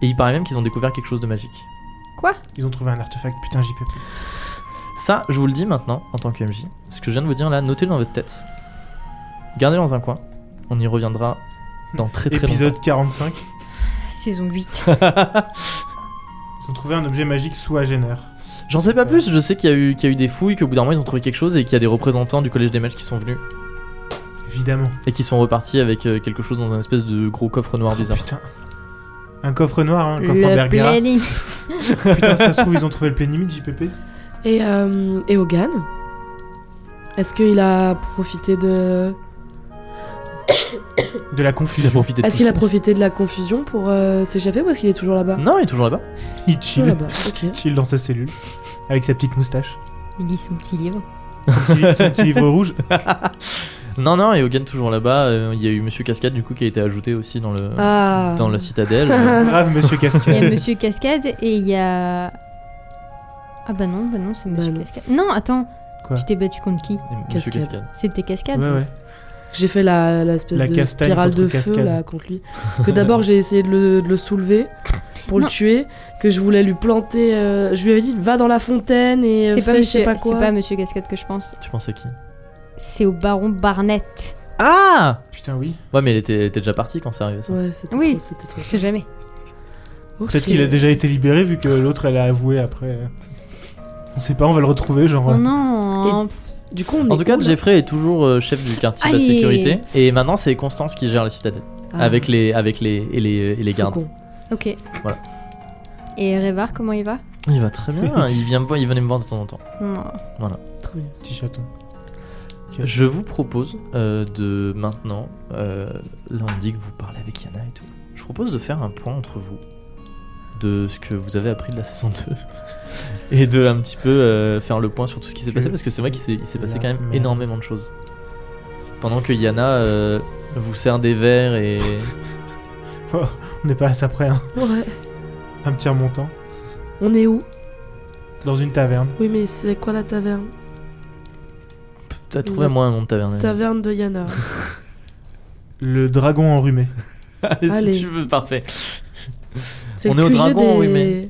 A: Et il paraît même qu'ils ont découvert quelque chose de magique.
C: Ils ont trouvé un artefact, putain, j'y peux plus.
A: Ça, je vous le dis maintenant en tant que MJ. Ce que je viens de vous dire là, notez-le dans votre tête. Gardez-le dans un coin. On y reviendra dans très très
C: Épisode 45,
B: Saison 8.
A: longtemps.
C: ils ont trouvé un objet magique sous Agener.
A: J'en sais pas plus, je sais qu'il y, a eu- qu'il y a eu des fouilles, qu'au bout d'un moment ils ont trouvé quelque chose et qu'il y a des représentants du collège des mages qui sont venus
C: Évidemment.
A: et qui sont repartis avec euh, quelque chose dans un espèce de gros coffre noir
C: Oh,
A: bizarre.
C: putain. Un coffre noir, hein, un coffre en
B: Le
C: Bergera.
B: planning.
C: Putain, ça se trouve, ils ont trouvé le plein limite, JPP.
D: Et, euh, et Hogan Est-ce qu'il a profité de.
C: De la
A: Il a
C: confusion.
A: profité de
D: Est-ce
A: tout
D: qu'il Ah, a
A: ça.
D: profité de la confusion pour euh, s'échapper ou est-ce qu'il est toujours là-bas
A: Non, il est toujours là-bas.
C: Il
D: Toujours
A: Ah bah
C: chill.
D: là-bas, ok.
C: Chill dans sa cellule. Avec sa petite moustache.
B: Il lit son petit livre.
C: Son petit, son petit livre rouge.
A: Non, non, et Hogan toujours là-bas. Euh, Il y a eu Monsieur Cascade du coup qui a été ajouté aussi dans le
D: Ah
A: dans la citadelle. Euh,
C: Grave, monsieur
B: Ah. Il y a
C: Cascade.
B: Monsieur Cascade et il y a. Ah bah non, bah non, c'est Monsieur
D: non.
B: Cascade. Non, attends.
C: Quoi
B: Tu t'es battu contre qui
A: et Monsieur
D: Cascade.
A: Cascade.
B: C'était Cascade.
C: Ouais, ouais.
D: J'ai fait la, la espèce
C: La
D: de
C: castagne
D: spirale
C: contre
D: de feu
C: cascade.
D: là contre lui. Que d'abord j'ai essayé de le, de le soulever pour
B: Non.
D: le tuer, que je voulais lui planter. euh, je lui avais dit va dans la fontaine et euh,
B: C'est pas,
D: fais je
B: monsieur...
D: sais pas
B: c'est
D: quoi.
B: pas Monsieur Cascade que je pense.
A: Tu penses à qui
B: C'est au Baron Barnett.
A: Ah
C: Putain, oui.
A: Ouais, mais elle était, elle était déjà partie quand c'est arrivé ça.
D: Ouais, c'était
B: Oui.
D: trop. c'était trop.
B: Je sais jamais.
D: Ok.
C: Peut-être qu'il a déjà été libéré vu que l'autre elle a avoué après. On sait pas, on va le retrouver genre. euh,
B: Oh non.
D: Du coup, on
A: En
D: est
A: tout cas,
D: où, là
A: Jeffrey est toujours euh, chef du quartier de la
B: Allez.
A: sécurité. Et maintenant, c'est Constance qui gère la citadelle.
D: Ah,
A: Avec les, avec les, et les, et les gardes.
D: Faucon.
B: Ok. Et Révar, comment il va
A: Il va très bien, il, vient me voir- il venait me voir de temps en temps.
B: Non.
D: Trop bien.
C: Petit chaton.
A: Je vous propose euh, de maintenant, euh, là on dit que vous parlez avec Yana et tout, je propose de faire un point entre vous de ce que vous avez appris de la saison 2 et de un petit peu euh, faire le point sur tout ce qui s'est
C: Que
A: passé parce que c'est vrai qu'il s'est il s'est passé
C: la
A: quand même
C: merde.
A: énormément de choses. Pendant que Yana euh, vous sert des verres et...
C: On n'est pas à ça près, hein.
D: Ouais.
C: Un petit remontant.
D: On est où
C: Dans une taverne.
D: Oui, mais c'est quoi la taverne
A: T'as trouvé à moi un nom de taverne.
D: Taverne de Yana.
C: Le dragon enrhumé.
A: Allez,
D: Allez.
A: si tu veux, parfait.
D: C'est
A: On
D: le
A: est au
D: QG
A: dragon,
D: des-
A: oui, mais-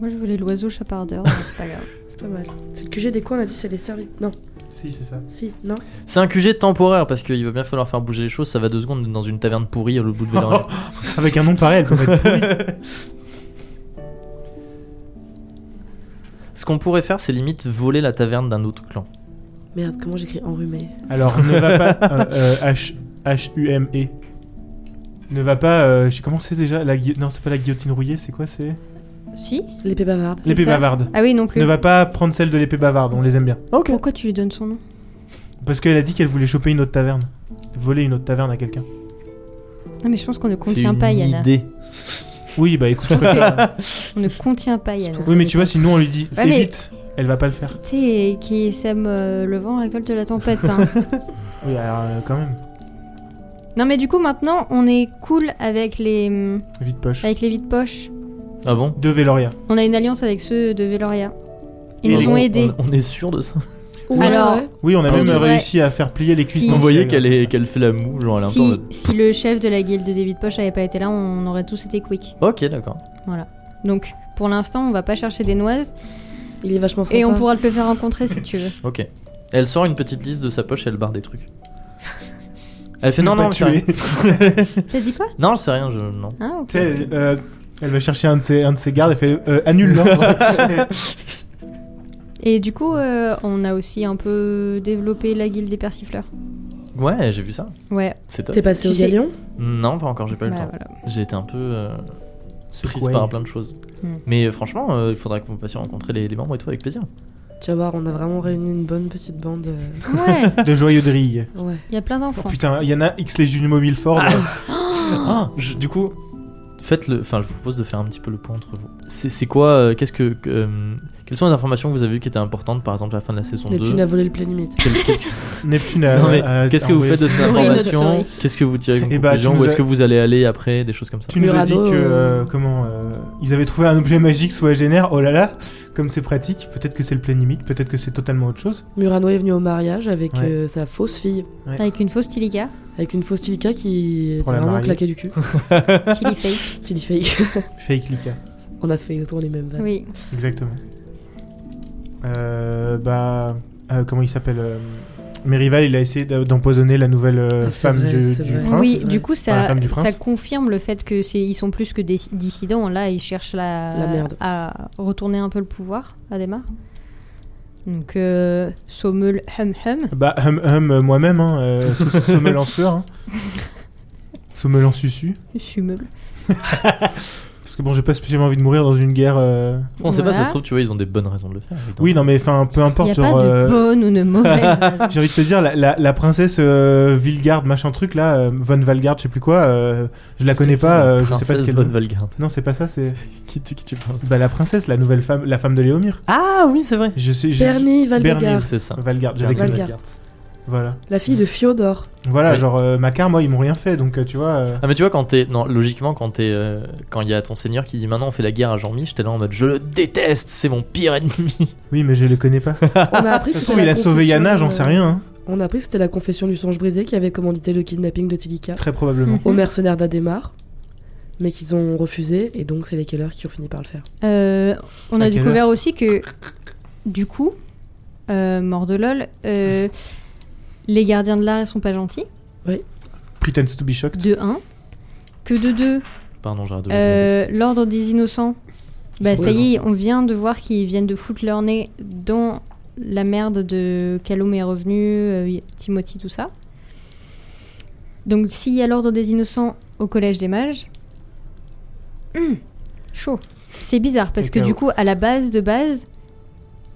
B: Moi, je voulais l'oiseau chapardeur, mais c'est pas grave.
D: C'est pas mal. C'est le QG des quoi On a dit c'est les services. Non,
C: Si, c'est ça.
D: si, non.
A: C'est un QG temporaire parce qu'il va bien falloir faire bouger les choses, ça va deux secondes dans une taverne pourrie à l'autre bout de Véloria.
C: Avec un nom pareil, elle peut mettre pourri.
A: Ce qu'on pourrait faire, c'est limite voler la taverne d'un autre clan.
D: Merde, comment j'écris enrhumé
C: Alors, ne va pas. euh, euh, H- H-U-M-E. Ne va pas. euh, je- comment c'est déjà la guillo- Non, c'est pas la guillotine rouillée, c'est quoi C'est
B: si
D: L'épée bavarde.
B: C'est
C: l'épée
B: ça.
C: bavarde.
B: Ah oui, non plus.
C: Ne va pas prendre celle de l'épée bavarde, on les aime bien.
A: Ok.
B: Pourquoi tu lui donnes son nom
C: Parce qu'elle a dit qu'elle voulait choper une autre taverne. Voler une autre taverne à quelqu'un.
B: Non, mais je pense qu'on ne
A: C'est
B: contient
A: une
B: pas Yana.
A: idée.
C: Oui, bah écoute,
B: Je
C: tu peux
B: pense
C: faire.
B: On ne contient pas Yana.
C: Oui, mais tu vois, sinon on lui dit
B: Ouais, mais-
C: évite, elle va pas le faire.
B: Tu sais, qui sème euh, le vent récolte la tempête. hein.
C: Oui, alors euh, quand même,
B: non, mais du coup, maintenant, on est cool avec les, hum,
C: vite poche.
B: avec les vides poches.
A: Ah bon
C: De Veloria.
B: On a une alliance avec ceux de Veloria. Ils
C: Et
B: nous
C: les-
B: ont
A: on,
B: aidés.
A: on- on est sûr de ça
B: Alors,
C: Oui, on a
A: Ah,
C: même
A: on
B: devrait-
C: réussi à faire plier les cuisses.
B: Si.
C: de
A: Vous
B: Vous
A: voyez
C: Veloria
A: qu'elle
C: grâce à
A: est,
C: ça.
A: qu'elle fait la moue, genre elle est un peu en
B: Si,
A: mode-
B: si le chef de la guilde des vides poches avait pas été là, on aurait tous été quick.
A: Ok, d'accord.
B: Donc, pour l'instant, on va pas chercher des noises.
D: il est vachement sympa.
B: Et on pourra te le faire rencontrer si tu veux.
A: Ok. Elle sort une petite liste de sa poche et elle barre des trucs. Elle fait non,
C: Pas
A: non, c'est rien.
C: tuer.
B: T'as dit quoi
A: Non, c'est rien, je. Non.
B: Ah,
C: Tu
B: ok.
C: sais, elle, euh, elle va chercher un de ses, un de ses gardes, elle fait euh, hein. annule l'ordre.
B: Et du coup, euh, on a aussi un peu développé la guilde des persifleurs.
A: Ouais, j'ai vu ça.
B: Ouais,
A: C'est top.
D: T'es passé
B: Tu
D: au
B: sais-
D: galion
A: Non, pas encore, j'ai pas eu
B: bah,
A: le temps.
B: voilà.
A: J'ai été un peu euh, prise
C: Secouée.
A: par plein de choses.
B: Hmm.
A: Mais euh, franchement, euh, il faudra que vous passiez rencontrer les, les membres et tout avec plaisir.
D: Tu vas voir, on a vraiment réuni une bonne petite bande. euh,
B: Ouais,
C: de joyeux de rille.
D: Ouais.
B: il y a plein d'enfants.
C: Putain, il y en a X les jumeaux Milford.
A: Ah, je- du coup, faites le. Enfin, je vous propose de faire un petit peu le point entre vous. C'est c'est quoi euh, Qu'est-ce que que, euh, Quelles sont les informations que vous avez vues qui étaient importantes, par exemple à la fin de la saison
D: Neptune
A: 2
D: a volé le plein limite.
A: Quel- quel-
C: Neptune a-
A: Non, mais
C: a-
A: Qu'est-ce que vous
C: envoyé-
A: faites de ces
B: Souris, notre
A: informations
B: souris.
A: Qu'est-ce que vous tirez comme
C: Eh bah, tu
A: conclusion
C: nous
A: Où est-ce
C: as-
A: que vous allez aller après Des choses comme ça.
C: Tu nous as dit que
D: Murano,
C: euh,
D: euh,
C: comment euh, ils avaient trouvé un objet magique sous Agénère. Oh là là, comme c'est pratique. Peut-être que c'est le plein limite, peut-être que c'est totalement autre chose.
D: Murano est venu au mariage avec
C: Ouais.
D: euh, sa fausse fille.
B: Avec une fausse Tiliga,
D: Avec une fausse Tilika qui était
C: Pour la
D: vraiment
C: marier.
D: claquée du cul.
B: Tilly Fake.
D: Tilly Fake.
C: Fake Lika.
D: on a fait exactement les mêmes vannes.
B: Oui.
C: Exactement. Euh, bah, euh, comment il s'appelle euh, Merival, il a essayé d'a- d'empoisonner la nouvelle euh,
D: Ah, c'est
C: femme
D: vrai,
C: du,
D: c'est
C: du
D: vrai.
C: prince.
B: oui,
D: c'est vrai.
B: du coup,
C: Enfin, la
B: ça,
C: femme du prince.
B: ça confirme le fait que c'est, ils sont plus que des dissidents. Là, ils cherchent la,
D: La merde.
B: à retourner un peu le pouvoir à Démar. Donc, euh, Sommel hum hum.
C: Bah, hum, hum, euh, moi-même, hein, euh, sou- sou- sommel en sueur. Hein. Sommel en susu.
B: Summeul.
C: Parce que bon, j'ai pas spécialement envie de mourir dans une guerre. euh,
A: On sait pas, ça
B: Voilà.
A: se trouve, tu vois, ils ont des bonnes raisons de le faire. évidemment.
C: Oui, non, mais enfin, peu
B: Il
C: importe.
B: n'y a
C: genre,
B: pas de
C: euh,
B: bonne ou de mauvaise raison.
C: J'ai envie de te dire, la, la- la princesse euh, Vilgard, machin truc là, euh, Von Valgard, je sais plus quoi, euh, je la connais pas, euh, je sais
A: Princesse
C: pas ce qu'elle
A: Bonne Valgarde.
C: Non, c'est pas ça, c'est.
A: Qui, tu- qui tu parles
C: Bah, la princesse, la nouvelle femme, la femme de Léomir.
A: Ah oui, c'est vrai.
C: Je sais. je-
D: Bernie
C: Bernie,
D: Valdegard,
A: C'est ça.
C: Valgard, j'avais
D: Valgard.
C: connu. Voilà.
D: la fille de Fiodor.
C: Voilà,
A: Ouais.
C: genre, euh, Macar, moi, ils m'ont rien fait, donc euh, tu vois. euh,
A: Ah mais tu vois quand t'es non logiquement quand t'es euh, quand il y a ton seigneur qui dit maintenant on fait la guerre à Jean-Mich t'es là en mode je le déteste c'est mon pire ennemi
C: Oui, mais je les connais pas. De
D: On a appris
C: toute
D: que
C: façon,
D: c'était
C: il
D: la
C: a sauvé
D: confession,
C: Yana, j'en
D: euh,
C: sais rien, hein.
D: On a appris que c'était la confession du songe brisé qui avait commandité le kidnapping de Tilika
C: très probablement.
B: Mm.
D: aux mercenaires d'Adémar, mais qu'ils ont refusé, et donc c'est les Keller qui ont fini par le faire.
B: Euh, on
C: À
B: a
C: quelle
B: découvert aussi que, du coup, euh, mort de lol, euh, les gardiens de l'art ils sont pas gentils,
C: Pretends to be shocked.
B: de 1. Que de 2,
A: pardon j'ai de
B: Euh, l'ordre des innocents, bah
D: sont
B: ça y est,
D: gentils.
B: on vient de voir qu'ils viennent de foutre leur nez dans la merde de Calum est revenu, euh, y- Timothy, tout ça. Donc s'il y a l'ordre des innocents au collège des mages, hum, chaud. C'est bizarre parce que
C: Cacao.
B: du coup, à la base de base,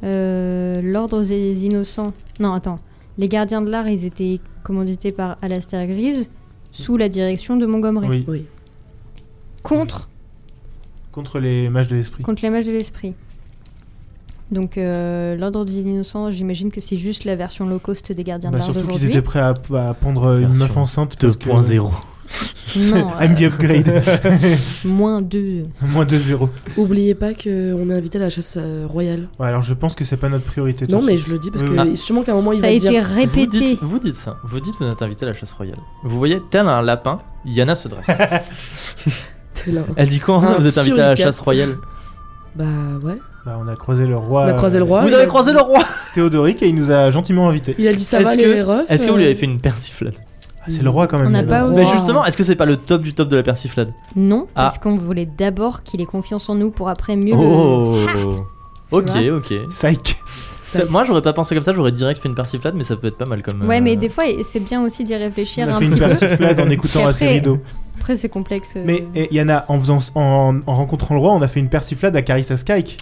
B: euh, l'ordre des innocents. Non, attends. Les gardiens de l'art, ils étaient commandités par Alastair Greaves sous la direction de Montgomery.
C: Oui,
D: Oui.
B: Contre,
C: contre les mages de l'esprit.
B: contre la mage de l'esprit. Donc, euh, l'ordre des innocents, j'imagine que c'est juste la version low cost des gardiens
C: Bah,
B: de l'art
C: surtout qu'ils
B: d'aujourd'hui.
C: étaient prêts à, à pendre euh, une
A: Version
C: meuf enceinte. parce que-
A: 2.0.
B: Non, euh.
C: I'm the upgrade.
B: moins deux.
C: Moins 2-0.
D: Oubliez pas qu'on est invité à la chasse euh, royale.
C: Ouais, alors je pense que c'est pas notre priorité. tout
D: Non,
C: de
D: mais
C: suite.
D: je le dis parce
C: Oui,
D: que
C: oui.
D: il- sûrement qu'à un moment il
B: Ça
D: va
B: a été
D: dire.
A: Vous
B: répété.
A: dites, vous dites ça. Vous dites vous êtes invité à la chasse royale. Vous voyez, tel un lapin, Yana se dresse.
D: T'es là.
A: Elle dit quoi hein,
D: Un
A: Vous êtes invité à la
D: suricate.
A: chasse royale. Eh.
D: Bah ouais.
C: Bah, on a croisé le roi.
D: On a croisé le
C: euh,
D: roi.
A: Vous avez croisé le roi
C: Théodoric et il nous a gentiment invités.
D: Il a dit ça
A: Est-ce
D: va
A: que-
D: les refs.
A: Est-ce que vous lui
D: euh,
A: avez fait une persiflade
C: Ah, c'est le roi quand même.
B: On n'a
C: c'est
B: pas
C: le roi.
B: Wow.
A: Mais justement, est-ce que c'est pas le top du top de la persiflade
B: Non,
A: Ah.
B: parce qu'on voulait d'abord qu'il ait confiance en nous pour après mieux le...
A: Oh Ok,
B: Tu
A: ok.
C: Psych.
A: Ça- moi j'aurais pas pensé comme ça, j'aurais direct fait une persiflade, mais ça peut être pas mal comme.
B: Ouais,
A: euh,
B: mais des fois, c'est bien aussi d'y
C: On
B: réfléchir
C: a
B: un
C: fait une
B: petit peu.
C: persiflade en écoutant
B: Puis
C: assez
B: après- euh,
C: rideau.
B: Après, c'est complexe. euh,
C: Mais eh, Yana, en, faisant, en, en rencontrant le roi, on a fait une persiflade à Carissa Skyke.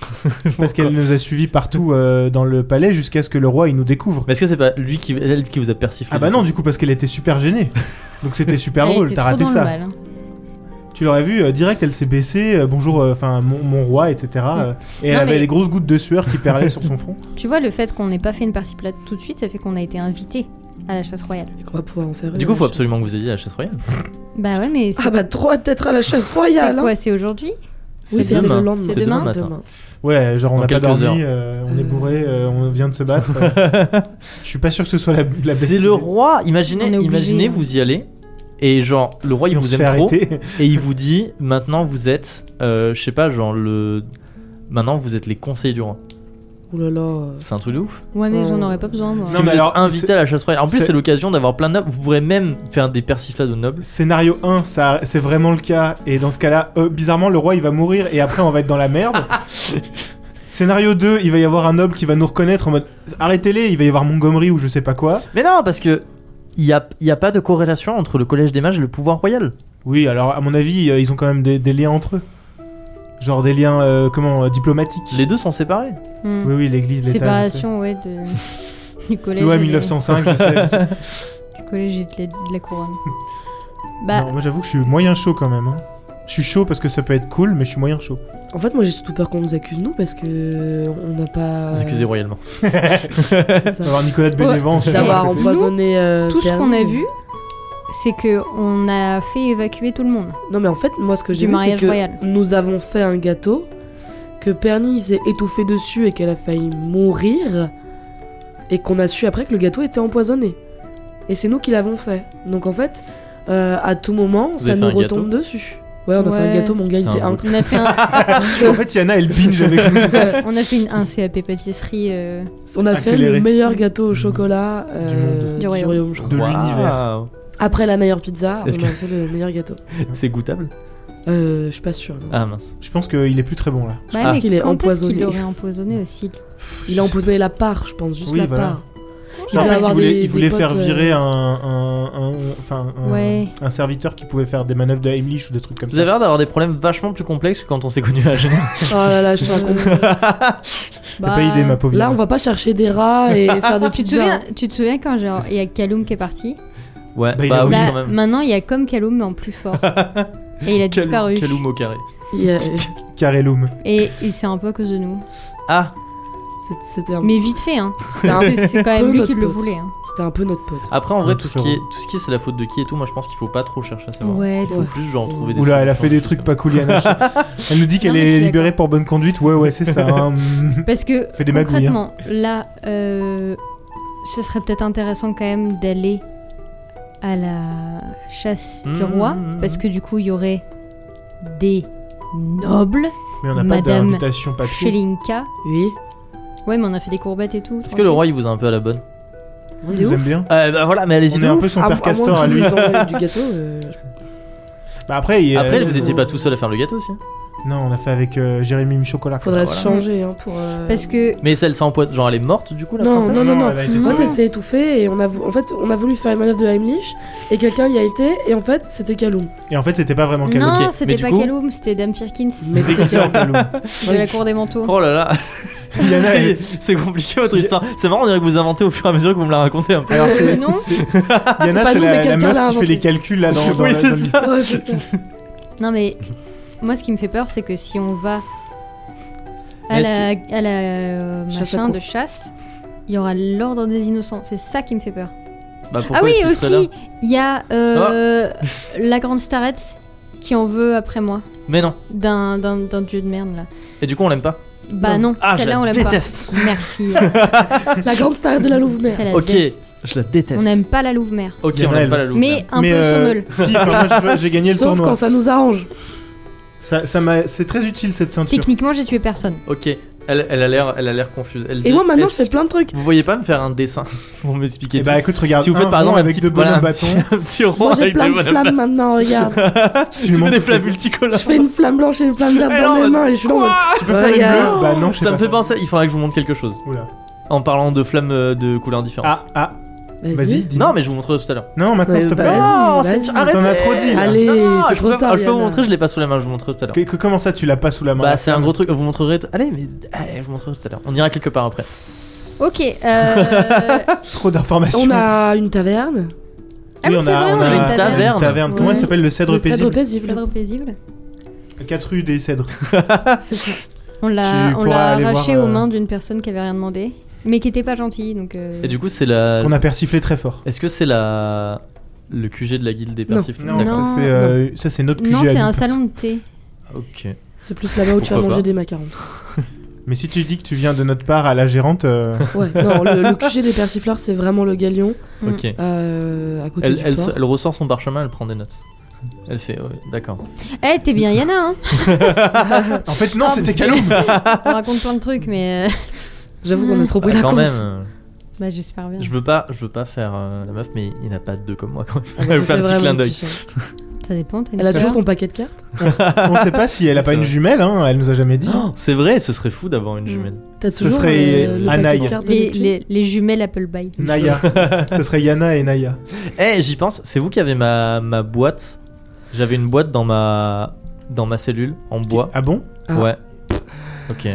C: parce qu'elle nous a suivis partout euh, dans le palais jusqu'à ce que le roi il nous découvre.
A: Mais est-ce que c'est pas lui qui, elle qui vous a persiflé
C: Ah bah non, du coup, parce qu'elle était super gênée. Donc c'était super
B: elle
C: drôle,
B: était
C: t'as
B: trop
C: raté
B: dans le
C: ça.
B: mal, hein.
C: Tu l'aurais vu, euh, direct, elle s'est baissée, euh, bonjour, euh, enfin, mon, mon roi, etc. euh, et elle
B: Non,
C: avait
B: mais-
C: des grosses gouttes de sueur qui perlaient sur son front.
B: Tu vois, le fait qu'on n'ait pas fait une partie plate tout de suite, ça fait qu'on a été invité à la chasse royale.
D: On va pouvoir en faire une.
A: Du coup, faut
D: la chasse.
A: absolument que vous ayez la chasse royale.
B: Bah ouais, mais c'est
D: Ah bah trois têtes à la chasse royale.
B: c'est
D: hein.
B: quoi C'est aujourd'hui
D: Oui,
A: C'est
D: c'était le
A: demain.
D: lendemain.
A: C'est
B: demain
A: demain matin.
C: Ouais, genre on
A: Dans
C: n'a pas
A: quelques
C: dormi, euh, on est
D: Euh.
C: bourré, euh, on vient de se battre. euh. Je suis pas sûr que ce soit la, la best
A: C'est
C: idée.
A: le roi. Imaginez,
B: On est obligé,
A: imaginez,
B: hein.
A: vous y allez et genre le roi il
C: On
A: vous
C: se
A: aime
C: fait
A: trop
C: arrêter.
A: et il vous dit maintenant vous êtes, euh, je sais pas, genre le, maintenant vous êtes les conseillers du roi.
D: Ouh là là. euh,
A: C'est un truc de ouf.
B: Ouais, mais
D: Oh.
B: j'en aurais pas besoin, moi.
A: si
C: Non,
A: vous
C: mais
A: êtes
C: alors,
A: invité
C: c'est-
A: à la chasse royale, en plus
C: c'est-
A: c'est l'occasion d'avoir plein de nobles. Vous pourrez même faire des persiflades aux nobles.
C: Scénario 1, ça, c'est vraiment le cas. Et dans ce cas-là, euh, bizarrement, le roi il va mourir et après on va être dans la merde. Scénario 2, il va y avoir un noble qui va nous reconnaître en mode arrêtez-les, il va y avoir Montgomery ou je sais pas quoi.
A: Mais non, parce que il y a, il y a pas de corrélation entre le collège des mages et le pouvoir royal.
C: Oui, alors à mon avis, euh, ils ont quand même des, des liens entre eux. Genre des liens, euh, comment, euh, diplomatiques.
A: Les deux sont séparés.
B: Hmm.
C: Oui, oui, l'église, l'état. je sais.
B: Séparation, ouais, de... du collège.
C: Loi
B: et des-
C: 1905, je sais, je sais.
B: Du collège et de la, de la couronne. Bah,
C: Non, moi j'avoue que je suis moyen chaud quand même. hein. Je suis chaud parce que ça peut être cool, mais je suis moyen chaud.
D: En fait, moi j'ai surtout peur qu'on nous accuse nous parce que on n'a pas.
A: Vous accusez royalement.
D: C'est ça.
C: D'avoir Nicolas de Bénévent, sur le
D: D'avoir
C: côté.
D: empoisonné. euh,
B: tout ce qu'on a
D: Perrine.
B: vu, c'est que on a fait évacuer tout le monde.
D: Non, mais en fait, moi, ce que
B: Du
D: j'ai vu, c'est
B: mariage
D: que
B: royal.
D: nous avons fait un gâteau, que Perny s'est étouffé dessus et qu'elle a failli mourir, et qu'on a su après que le gâteau était empoisonné. Et c'est nous qui l'avons fait. Donc, en fait, euh, à tout moment, ça
A: avez
D: nous
A: fait un
D: retombe dessus. Ouais, on a fait un
B: Ouais.
D: gâteau, mon gars, il
A: C'était
D: était
A: un
D: incroyable.
B: On a fait, un-
C: En fait, Yana elle binge avec nous.
B: on a fait une, un CAP pâtisserie. euh,
D: On a fait
C: Accéléré.
D: le meilleur gâteau au chocolat euh,
C: Du monde.
B: Du royaume.
D: je crois.
C: De l'univers.
D: Après la meilleure pizza, on
A: Est-ce que-
D: a fait le meilleur gâteau.
A: C'est goûtable
D: Euh, je suis pas sûre. non.
A: Ah mince.
C: Je pense qu'il est plus très bon là.
B: Bah,
A: Ah.
B: mais
D: qu'il est
B: quand est-ce
D: empoisonné.
B: qu'il l'aurait empoisonné aussi
D: Il a empoisonné la part, je pense, juste
C: Oui,
D: la
C: voilà.
D: part.
C: Je me
D: doit
C: rappelle
D: avoir
C: qu'il voulait,
D: des-
C: il voulait
D: des
C: faire
D: potes, euh,
C: virer un, un, un- enfin, un-
B: Ouais.
C: un serviteur qui pouvait faire des manœuvres de Heimlich ou des trucs comme
A: Vous
C: ça.
A: avez l'air d'avoir des problèmes vachement plus complexes que quand on s'est connus à Genève.
D: Oh là là, je te raconte
C: T'as pas idée, ma pauvre.
D: Bah, Là,
C: Yana.
D: on va pas chercher des rats et faire des
B: Bah, Tu te,
D: pizzas.
B: souviens, tu te souviens quand genre il y a Kaloum qui est parti
A: Ouais,
C: Bah,
A: bah,
C: il a-
A: oui,
B: Bah,
A: quand même.
B: Maintenant il y a comme Kaloum mais en plus fort. Et il a
A: Quel-
B: disparu.
A: quel houm au carré.
D: Il y a-
C: Carellum.
B: Et, il c'est un peu à cause de nous.
A: Ah,
D: c'est- C'était un,
B: Mais vite fait, hein.
D: c'était
B: Parce
D: un-
B: que c'est quand
D: peu
B: même lui
D: notre
B: qui le
D: pote.
B: voulait. Hein.
D: c'était un peu notre pote.
A: après en vrai,
C: Un
A: tout ce,
C: petit
A: qui est,
C: euro.
A: tout ce qui est c'est la faute de qui et tout, moi je pense qu'il faut pas trop chercher à savoir.
B: Ouais,
A: Il faut juste genre trouver des
C: Oula, elle a fait des
A: solutions,
C: trucs pas cool, Yana. Elle nous dit qu'elle
B: Non, mais je
C: est
B: suis
C: libérée pour bonne conduite. Ouais, ouais, c'est ça. hein.
B: Parce que
C: Fais des magouilles, hein.
B: concrètement, là, euh, ce serait peut-être intéressant quand même d'aller à la chasse du
A: Mmh,
B: roi.
A: mmh,
B: Parce que du coup, il y aurait des nobles,
C: Mais on n'a pas
B: Madame
C: d'invitation
B: chez
C: papier.
B: Linka.
D: Oui.
B: Ouais, mais on a fait des courbettes et tout.
A: Est-ce que le roi il vous a un peu à la bonne
B: de
C: Ils aiment
B: ouf.
C: bien.
A: Euh, Bah voilà, mais allez-y
C: On
A: de
C: est un
A: ouf.
C: peu son
D: À- à
C: père
D: moins
C: Castor à
D: qu'il
C: lui.
D: nous envoie du gâteau. euh,
C: Bah après, il-
A: Après,
C: euh,
A: vous étiez pas tout seul à faire le gâteau aussi. hein.
C: Non, on a fait avec euh, Jérémy Chocolat.
D: Faudrait
A: voilà.
D: se changer hein, pour. euh,
B: Parce que
A: Mais celle sans empoisonne, genre elle est morte du coup la
D: Non,
A: princesse
D: non, non, non.
C: elle a été
B: Non.
D: En fait,
C: sauvée.
D: elle s'est étouffée et on a vou- en fait, on a voulu faire une manœuvre de Heimlich et quelqu'un y a été et en fait, c'était Kaloum.
C: Et en fait, c'était pas vraiment Kaloum.
A: ok.
B: non,
A: Mais
B: c'était
A: du
B: pas
A: coup-
B: Kaloum, c'était Dame Firkins
D: Mais c'était Kaloum.
B: de la cour des manteaux.
A: Oh là là,
C: Liliana,
A: c'est
C: elle-
A: c'est compliqué votre histoire. C'est marrant, on dirait que vous inventez au fur et à mesure que vous me la racontez un peu.
C: Alors,
B: Euh,
C: c'est-
B: non,
C: Liliana,
D: pas
C: c'est
D: nous, mais
C: la, la
D: quelqu'un l'a
C: meuf qui
D: inventé.
C: fait les calculs là dans, dans
A: oui,
C: la-
A: c'est
C: dans
A: ça.
D: Ouais, c'est ça.
B: non mais moi ce qui me fait peur c'est que si on va à
A: Mais est-ce
B: la, à la euh,
D: Chasse à
B: machin
D: cour.
B: de chasse, il y aura l'ordre des innocents. C'est ça qui me fait peur.
A: Bah, pourquoi
B: ah oui
A: est-ce qu'il serait
B: aussi,
A: là Ah.
B: il y a euh, la grande starette qui en veut après moi
A: Mais non.
B: d'un d'un d'un dieu de merde là.
A: Et du coup, on l'aime pas.
B: Bah non,
A: Ah, je
B: celle-là on
A: la
B: l'aime pas.
A: déteste.
B: Merci.
D: La grande star de la Louve-Mère.
B: C'est la
A: Ok.
B: best.
A: Je la déteste.
B: On n'aime pas la Louve-Mère.
A: Ok,
C: Bien
A: on n'aime
C: elle.
A: pas la loupe.
B: Mais un
C: Mais,
B: peu
C: euh,
B: sommeul.
C: Si, enfin, moi, je- j'ai gagné le
D: Sauf
C: tournoi.
D: quand ça nous arrange.
C: Ça, ça m'a- c'est très utile cette ceinture.
B: Techniquement, j'ai tué personne.
A: Ok, elle, elle a l'air, elle a l'air confuse. Elle
D: Et
A: dit,
D: moi maintenant, je
A: est-ce-
D: fais plein de trucs.
A: Vous voyez pas me faire un dessin pour m'expliquer
C: Eh
A: tout
C: bah, écoute, regarde,
A: Si vous
C: un
A: faites par
C: rond
A: exemple un
C: avec
A: petit-
C: deux bonhommes
A: voilà, un petit- un petit rond
D: Moi, j'ai
A: avec
D: plein
A: des
D: de
A: bonhommes
D: flammes
A: bâtons.
D: maintenant, regarde.
A: Tu
C: montres
A: mets des
C: ton
A: flammes
C: truc.
D: Je
A: multicolores.
D: fais une flamme blanche et une flamme verte
A: Et là, on
D: dans mes
A: va-
D: mains et je suis là en mode,
A: Quoi
C: Tu peux faire les
D: Regarde.
C: bleus Bah non, je sais
A: Ça me
C: pas
A: fait
C: faire.
A: penser, il faudra que je vous montre quelque chose.
C: Oula.
A: En parlant de flammes euh, de couleurs différentes.
C: Ah, ah, vas-y,
D: Vas-y.
C: dis.
A: Non, mais je vous montrerai tout à l'heure.
C: Non, maintenant,
D: Ouais,
C: s'il te
D: bah,
C: plaît.
D: Non, vas-y, c'est- vas-y. arrêtez.
C: T'en as trop dit. là.
D: Allez,
A: Non, non,
D: c'est
A: je
D: trop
A: peux- Je
D: tard.
A: peux vous
D: Yana.
A: montrer, je l'ai pas sous la main, je vous montrerai tout à l'heure.
C: Que- que- comment ça, tu l'as pas sous la main
A: Bah,
C: la
A: c'est un
C: flamme
A: gros truc, vous montrerez. t- Allez, mais allez, je vous montrerai tout à l'heure. On ira quelque part après.
B: Ok. Euh...
C: Trop d'informations.
D: On a une taverne.
B: Ah
C: Oui,
B: oui,
C: on
B: c'est
C: a-
B: vrai,
A: on a une taverne.
C: Taverne. Comment
D: Ouais.
C: elle s'appelle le cèdre
D: Le cèdre
C: paisible
D: paisible.
B: Cadre paisible.
C: 4 rues des cèdres.
D: C'est ça.
B: On l'a,
C: Tu
B: on
C: pourras
B: l'a
C: aller
B: arraché
C: voir,
B: aux
C: euh,
B: mains d'une personne qui avait rien demandé, mais qui était pas gentille, donc. euh,
A: Et du coup, c'est la.
C: On a persiflé très fort.
A: Est-ce que c'est la. Le QG de la guilde des
D: Non.
A: persifs
C: Non,
A: D'accord.
B: Non.
C: ça c'est euh, ça, c'est notre QG.
B: non,
C: à
B: c'est un
C: nous.
B: salon de thé.
A: Ok.
D: C'est plus là-bas où tu vas
A: Pourquoi pas
D: manger des macarons.
C: Mais si tu dis que tu viens de notre part à la gérante, euh,
D: Ouais, non, le, le QG des persifleurs, c'est vraiment le galion
B: Mm.
A: Ok.
D: euh, à côté
A: Elle,
D: du
A: elle,
D: port.
A: se- elle ressort son parchemin, elle prend des notes. Elle fait, ouais, d'accord.
B: Eh, t'es bien Yana, hein
C: en fait non,
B: Ah,
C: c'était
B: parce que-
C: Kaloum.
B: On raconte plein de trucs, mais. euh,
D: J'avoue qu'on a trop pris
A: Bah,
D: la
A: quand
D: con.
A: même, euh,
B: Bah, j'espère bien.
A: je veux pas, je veux pas faire euh, la meuf, mais il n'a pas deux comme moi quand même.
D: Ah,
A: Elle
D: ça,
A: vous fait
D: c'est
A: un petit
D: vraiment
A: clin d'œil.
D: petit chien.
B: Ça dépend, t'as une
D: Elle a
B: sœur
D: toujours ton paquet de cartes
C: On sait pas si elle a
A: C'est
C: pas une
A: vrai.
C: jumelle, hein, elle nous a jamais dit.
A: Oh, c'est vrai, ce serait fou d'avoir une
B: Mm.
A: jumelle.
D: T'as
C: Ce
D: toujours
C: serait
D: euh, le paquet
C: Anaï.
D: de cartes de
B: les,
D: Neptune
B: les, les jumelles Appleby.
C: Naya, ce serait Yana et Naya.
A: Eh, j'y pense, c'est vous qui avez ma, ma boîte. J'avais une boîte dans ma, dans ma cellule, en bois.
C: Ah bon
D: Ah.
A: Ouais. Ok,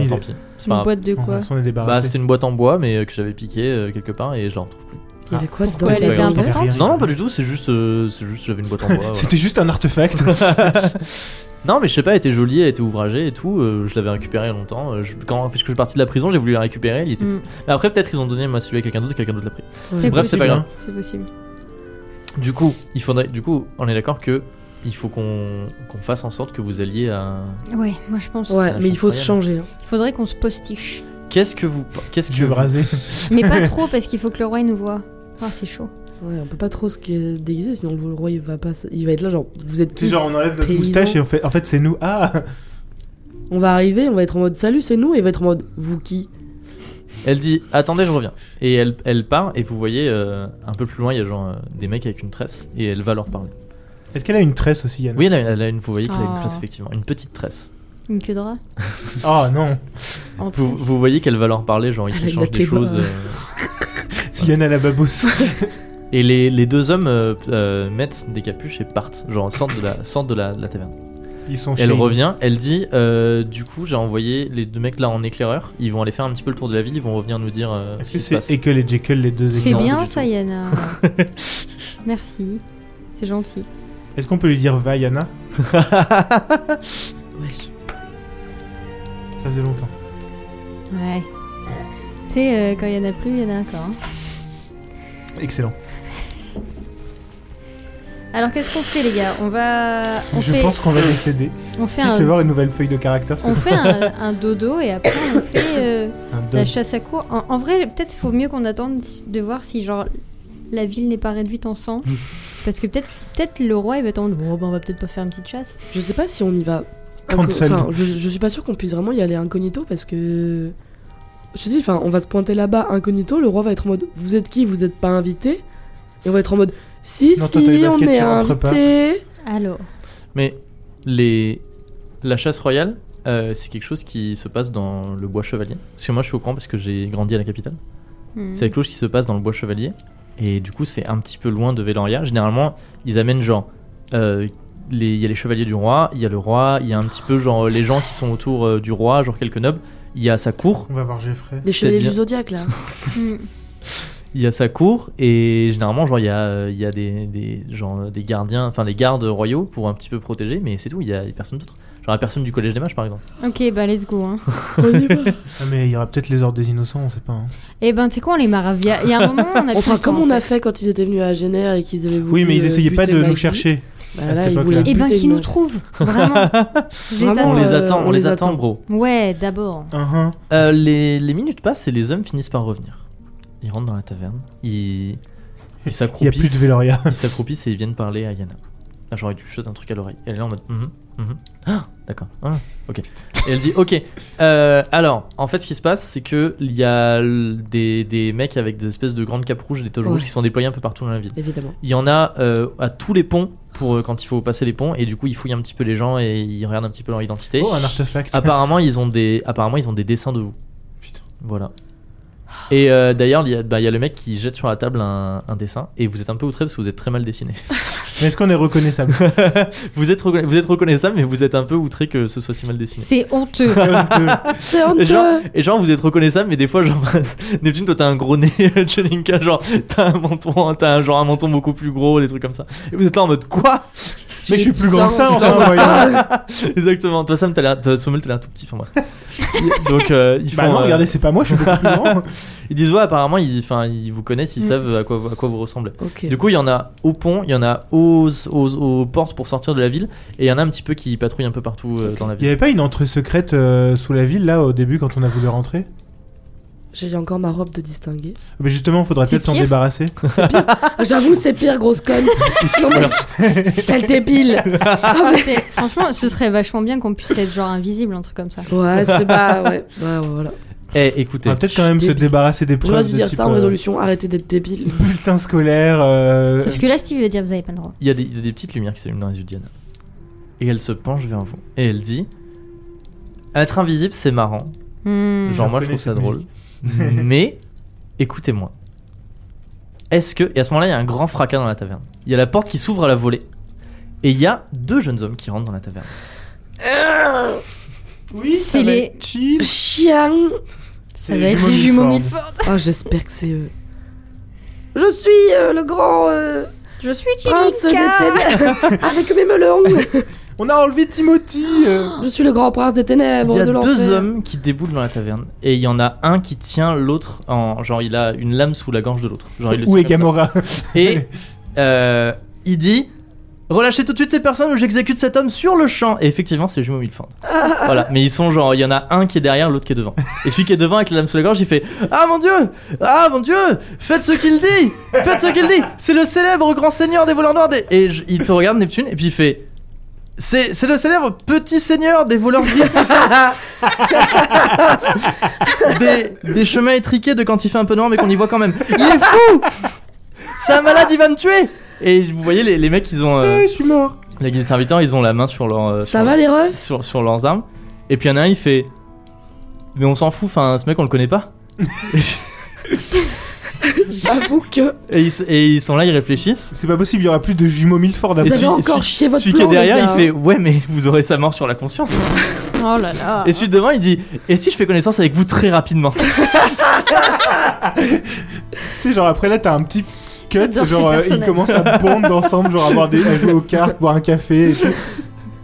A: bon,
C: idée.
A: tant pis. C'est pas
B: Une
A: grave.
B: boîte de quoi
C: On s'en est
A: Bah,
C: débarrassé.
A: c'était une boîte en bois, mais euh, que j'avais piquée euh, quelque part et je la retrouve plus.
D: Il y avait quoi dedans
B: Pourquoi elle
A: c'est
B: était
A: pas grave.
B: importante
A: Non, non, pas du tout, c'est juste, euh, c'est juste j'avais une boîte en bois. voilà.
C: C'était juste un artefact.
A: non, mais je sais pas, elle était jolie, elle était ouvragée et tout. euh, je l'avais récupérée il y a longtemps. euh, je- quand puisque je suis parti de la prison, j'ai voulu la récupérer. Il était...
B: Mm.
A: Mais après, peut-être ils ont donné moi celui à quelqu'un d'autre, quelqu'un d'autre l'a pris.
D: Ouais.
A: Bref, c'est
C: possible,
A: pas grave.
B: C'est possible.
A: Du coup, il faudrait, du coup, on est d'accord que il faut qu'on qu'on fasse en sorte que vous alliez à.
B: Ouais, moi je pense.
D: Ouais, mais il faut se
A: incroyable.
D: changer. hein.
B: Il faudrait qu'on se postiche.
A: Qu'est-ce que vous, qu'est-ce que
C: Je vais
A: vous-
C: braser.
B: Mais pas trop, parce qu'il faut que le roi il nous voit. Ah, c'est chaud.
D: Ouais, on peut pas trop se dé- déguiser, sinon le roi il va pas, il va être là genre vous êtes
C: C'est
D: qui
C: genre on enlève notre
D: Paysan.
C: moustache et on fait en fait c'est nous. Ah
D: On va arriver, on va être en mode salut, c'est nous, et il va être en mode vous qui
A: Elle dit attendez, je reviens. Et elle, elle part et vous voyez euh, un peu plus loin, il y a genre euh, des mecs avec une tresse et elle va leur parler.
C: Est-ce qu'elle a une tresse aussi Yana
A: Oui, elle a, elle a une, vous voyez qu'elle a une
B: Ah.
A: tresse effectivement, une petite tresse.
B: Une queue de rat.
C: Oh non.
B: En
A: Vous,
B: tresse.
A: vous voyez qu'elle va leur parler, genre ils
D: Elle a de la
A: s'échangent des
D: kebab.
A: choses. euh,
C: Yana la babousse.
A: Et les, les deux hommes euh, euh, mettent des capuches et partent, genre sortent de la, sortent de la, de la taverne.
C: Ils sont
A: Elle
C: shady.
A: revient, elle dit euh, Du coup, j'ai envoyé les deux mecs là en éclaireur. Ils vont aller faire un petit peu le tour de la ville. Ils vont revenir nous dire euh, ce
C: Est-ce
A: qui
C: que
A: se passe.
C: c'est Ekel et Jekyll les deux
B: C'est
A: Non,
C: exemples
A: pas
B: bien
A: du
B: ça,
A: tout.
B: Yana. Merci. C'est gentil.
C: Est-ce qu'on peut lui dire va Yana
D: Wesh.
C: Ça faisait longtemps.
B: Ouais. Tu sais, euh, quand il y en a plus, il y en a encore. hein.
C: Excellent.
B: Alors qu'est-ce qu'on fait, les gars On va. On
C: Je
B: fait,
C: pense qu'on va décéder.
B: on fait,
C: Steve, fais
B: un,
C: voir une nouvelle feuille de caractère. s'il
B: on fait un, un dodo et après on fait euh,
C: Un
B: la
C: dos.
B: chasse à cour. En, en vrai, peut-être faut mieux qu'on attende de voir si, genre, la ville n'est pas réduite en sang. Parce que peut-être peut-être le roi il va attendre. Bon, ben, on va peut-être pas faire une petite chasse.
D: Je sais pas si on y va.
C: Cancelled.
D: Enfin, je, je suis pas sûr qu'on puisse vraiment y aller incognito parce que. Je te dis, enfin, on va se pointer là-bas incognito, le roi va être en mode vous êtes qui, vous êtes pas invité. Et on va être en mode si,
C: Non,
D: si,
C: toi, t'as les
D: on
C: baskets,
D: est
C: tu rentres
D: invité.
B: Alors.
A: Mais les la chasse royale, euh, c'est quelque chose qui se passe dans le bois chevalier. Parce que moi, je suis au courant parce que j'ai grandi à la capitale.
B: Hmm.
A: C'est quelque chose qui se passe dans le bois chevalier. Et du coup, c'est un petit peu loin de Véloria. Généralement, ils amènent genre. euh, les- Il y a les chevaliers du roi, il y a le roi, il y a un petit peu genre les gens qui sont autour euh, du roi, genre quelques nobles. Il y a sa cour.
C: On va voir Geoffrey.
D: Les chevaliers
A: C'est-à-dire-
D: du zodiaque là.
B: Hmm.
A: Il y a sa cour et généralement genre il y a, euh, il y a des, des- genre, des gardiens, enfin des gardes royaux pour un petit peu protéger, mais c'est tout. Il y a personne d'autre. Genre la personne du collège des mages par exemple.
B: Ok, bah let's go. Hein.
D: On y va.
C: Ah, mais il y aura peut-être les ordres des innocents, on sait pas. hein.
B: Eh ben, tu sais quoi, on les maravia. Il y a un moment, on a
D: On
B: tout le
D: fera comme
B: temps,
D: on
B: en
D: a fait quand ils étaient venus à Génère et qu'ils avaient voulu.
C: Oui, mais ils
D: euh,
C: essayaient pas
D: buter
C: de nous
D: Magie.
C: chercher.
D: Bah
C: à
D: là,
C: cette
D: ils
C: époque-là.
D: voulaient
B: Eh ben,
D: buter
B: qui
D: une
B: nous
D: meuf.
B: trouve Vraiment. Je les
D: Vraiment,
A: On
B: attends.
A: les
D: euh,
A: attend, Ah, on,
D: on
A: les
D: les
A: attend,
D: attend.
A: bro.
B: Ouais, d'abord.
C: Ah, ah.
A: Euh, les, les minutes passent et les hommes finissent par revenir. Ils rentrent dans la taverne, ils ils
C: Il y a plus de
A: s'accroupissent,
C: Veloria.
A: ils s'accroupissent et ils viennent parler à Yana. Ah, j'aurais dû lui jeter un truc à l'oreille. Elle est là en mode. Mhm, mhm. Ah, d'accord. Ah, ok. Et elle dit ok. Euh, alors, en fait, ce qui se passe, c'est que il y a l- des, des mecs avec des espèces de grandes capes rouges et des toges
D: Ouais.
A: rouges qui sont déployés un peu partout dans la ville.
D: Évidemment.
A: Il y en a euh, à tous les ponts pour euh, quand il faut passer les ponts et du coup ils fouillent un petit peu les gens et ils regardent un petit peu leur identité.
C: Oh, un artefact.
A: Apparemment, ils ont des, apparemment, ils ont des dessins de vous.
C: Putain.
A: Voilà. Et euh, d'ailleurs, il y, a- bah, il y a le mec qui jette sur la table un, un dessin et vous êtes un peu outré parce que vous êtes très mal dessiné.
C: Mais est-ce qu'on est reconnaissable
A: vous, êtes reconna- vous êtes reconnaissable, mais vous êtes un peu outré que ce soit si mal dessiné.
B: C'est honteux.
C: C'est honteux.
D: C'est
A: Et genre,
D: honteux
A: et genre, vous êtes reconnaissable, mais des fois, genre, Neptune, toi t'as un gros nez, Jelinka, genre, t'as un menton, hein, t'as un- genre un menton beaucoup plus gros, des trucs comme ça. Et vous êtes là en mode quoi
C: Mais je suis plus grand que ça,
D: Putain,
C: enfin, voyons. Bah,
A: Exactement. Toi, Sam, t'as l'air, toi, Sommel, t'as l'air tout petit, enfin, bref. Donc, euh, ils font.
C: Bah non,
A: euh,
C: regardez, c'est pas moi, je suis beaucoup plus grand.
A: Ils disent ouais apparemment ils, enfin, ils vous connaissent, ils
B: Mm.
A: savent à quoi, à quoi vous ressemblez.
D: Ok.
A: Du coup il y en a au pont, il y en a aux, aux, aux portes pour sortir de la ville et il y en a un petit peu qui patrouillent un peu partout euh, dans la
C: Il y
A: ville.
C: avait pas une entrée secrète euh, sous la ville, là, au début, quand on a voulu rentrer Ah,
D: J'ai encore ma robe de distingué.
C: Mais justement, faudrait
B: C'est
C: peut-être s'en
B: pire.
C: débarrasser.
D: Ah, J'avoue, c'est pire, grosse conne. Non, mais- Quelle débile
B: Ah,
D: Ah,
B: C'est- Franchement, ce serait vachement bien qu'on puisse être genre invisible, un truc comme ça.
D: Ouais, c'est pas. Ouais, ouais, ouais, voilà.
A: Eh écoutez,
C: On va peut-être quand même se
D: débile.
C: débarrasser des
D: J'aurais
C: preuves
D: dû
C: de
D: dire
C: type
D: ça en
C: euh,
D: résolution, arrêtez d'être débile.
C: bulletin scolaire. euh,
B: Sauf que là, Steve va dire vous avez pas le droit.
A: il y, a des- il y a des petites lumières qui s'allument dans les yeux de Diana. Et elle se penche vers vous et elle dit être invisible c'est marrant,
B: Hmm.
A: genre moi je
C: reconnais
A: trouve ça
C: cette
A: drôle, mais écoutez-moi. Est-ce que et à ce moment-là il y a un grand fracas dans la taverne. Il y a la porte qui s'ouvre à la volée et il y a deux jeunes hommes qui rentrent dans la taverne. Ah
C: Oui, ça
B: C'est
C: va
B: les-
C: être chill.
D: Chien
B: Ça va être les jumeaux Milford.
D: Oh, j'espère que c'est eux. Je suis euh, le grand euh,
B: Je suis
D: prince des ténèbres avec mes melons.
C: On a enlevé Timothy. euh.
B: Oh.
D: Je suis le grand prince des ténèbres
A: Il y a
D: de l'enfer.
A: deux hommes qui déboulent dans la taverne et il y en a un qui tient l'autre en genre il a une lame sous la gorge de l'autre. Genre il le
C: Où
A: tient
C: est
A: comme ça.
C: Gamora
A: Et euh, il dit relâchez tout de suite ces personnes ou j'exécute cet homme sur le champ. Et effectivement c'est les jumeaux Milford. voilà, mais ils sont genre il y en a un qui est derrière, l'autre qui est devant. Et celui qui est devant avec la lame sous la gorge il fait ah mon dieu ah mon dieu faites ce qu'il dit faites ce qu'il dit c'est le célèbre grand seigneur des voleurs noirs des... et je- il te regarde Neptune et puis il fait c'est c'est le célèbre petit seigneur des voleurs gris des, des chemins étriqués de quand il fait un peu noir mais qu'on y voit quand même. Il est fou C'est un malade, il va me tuer Et vous voyez les, les mecs, ils ont... euh,
C: Ouais, Je suis mort.
A: la guilde des serviteurs, ils ont la main sur, leur, euh,
D: Ça
A: sur,
D: va les refs
A: sur, sur leurs armes. Et puis il y en a un, il fait... Mais on s'en fout, enfin ce mec on le connaît pas.
D: J'avoue que
A: Et ils, s- et ils sont là, ils réfléchissent.
C: C'est pas possible, il y aura plus de jumeaux Milford
A: Et
D: vous
C: après.
A: celui-
D: avez encore
A: celui-
D: chié votre
A: Celui qui est
D: plan, les
A: derrière,
D: gars.
A: il fait ouais mais vous aurez sa mort sur la conscience.
B: Oh là là.
A: Et celui de devant, il dit et si je fais connaissance avec vous très rapidement.
C: Tu sais, genre après là, t'as un petit cut.
B: J'adore ces
C: Genre, euh, ils
B: personnages.
C: commencent à bondre ensemble, genre à, boire des, à jouer aux cartes, boire un café et tout.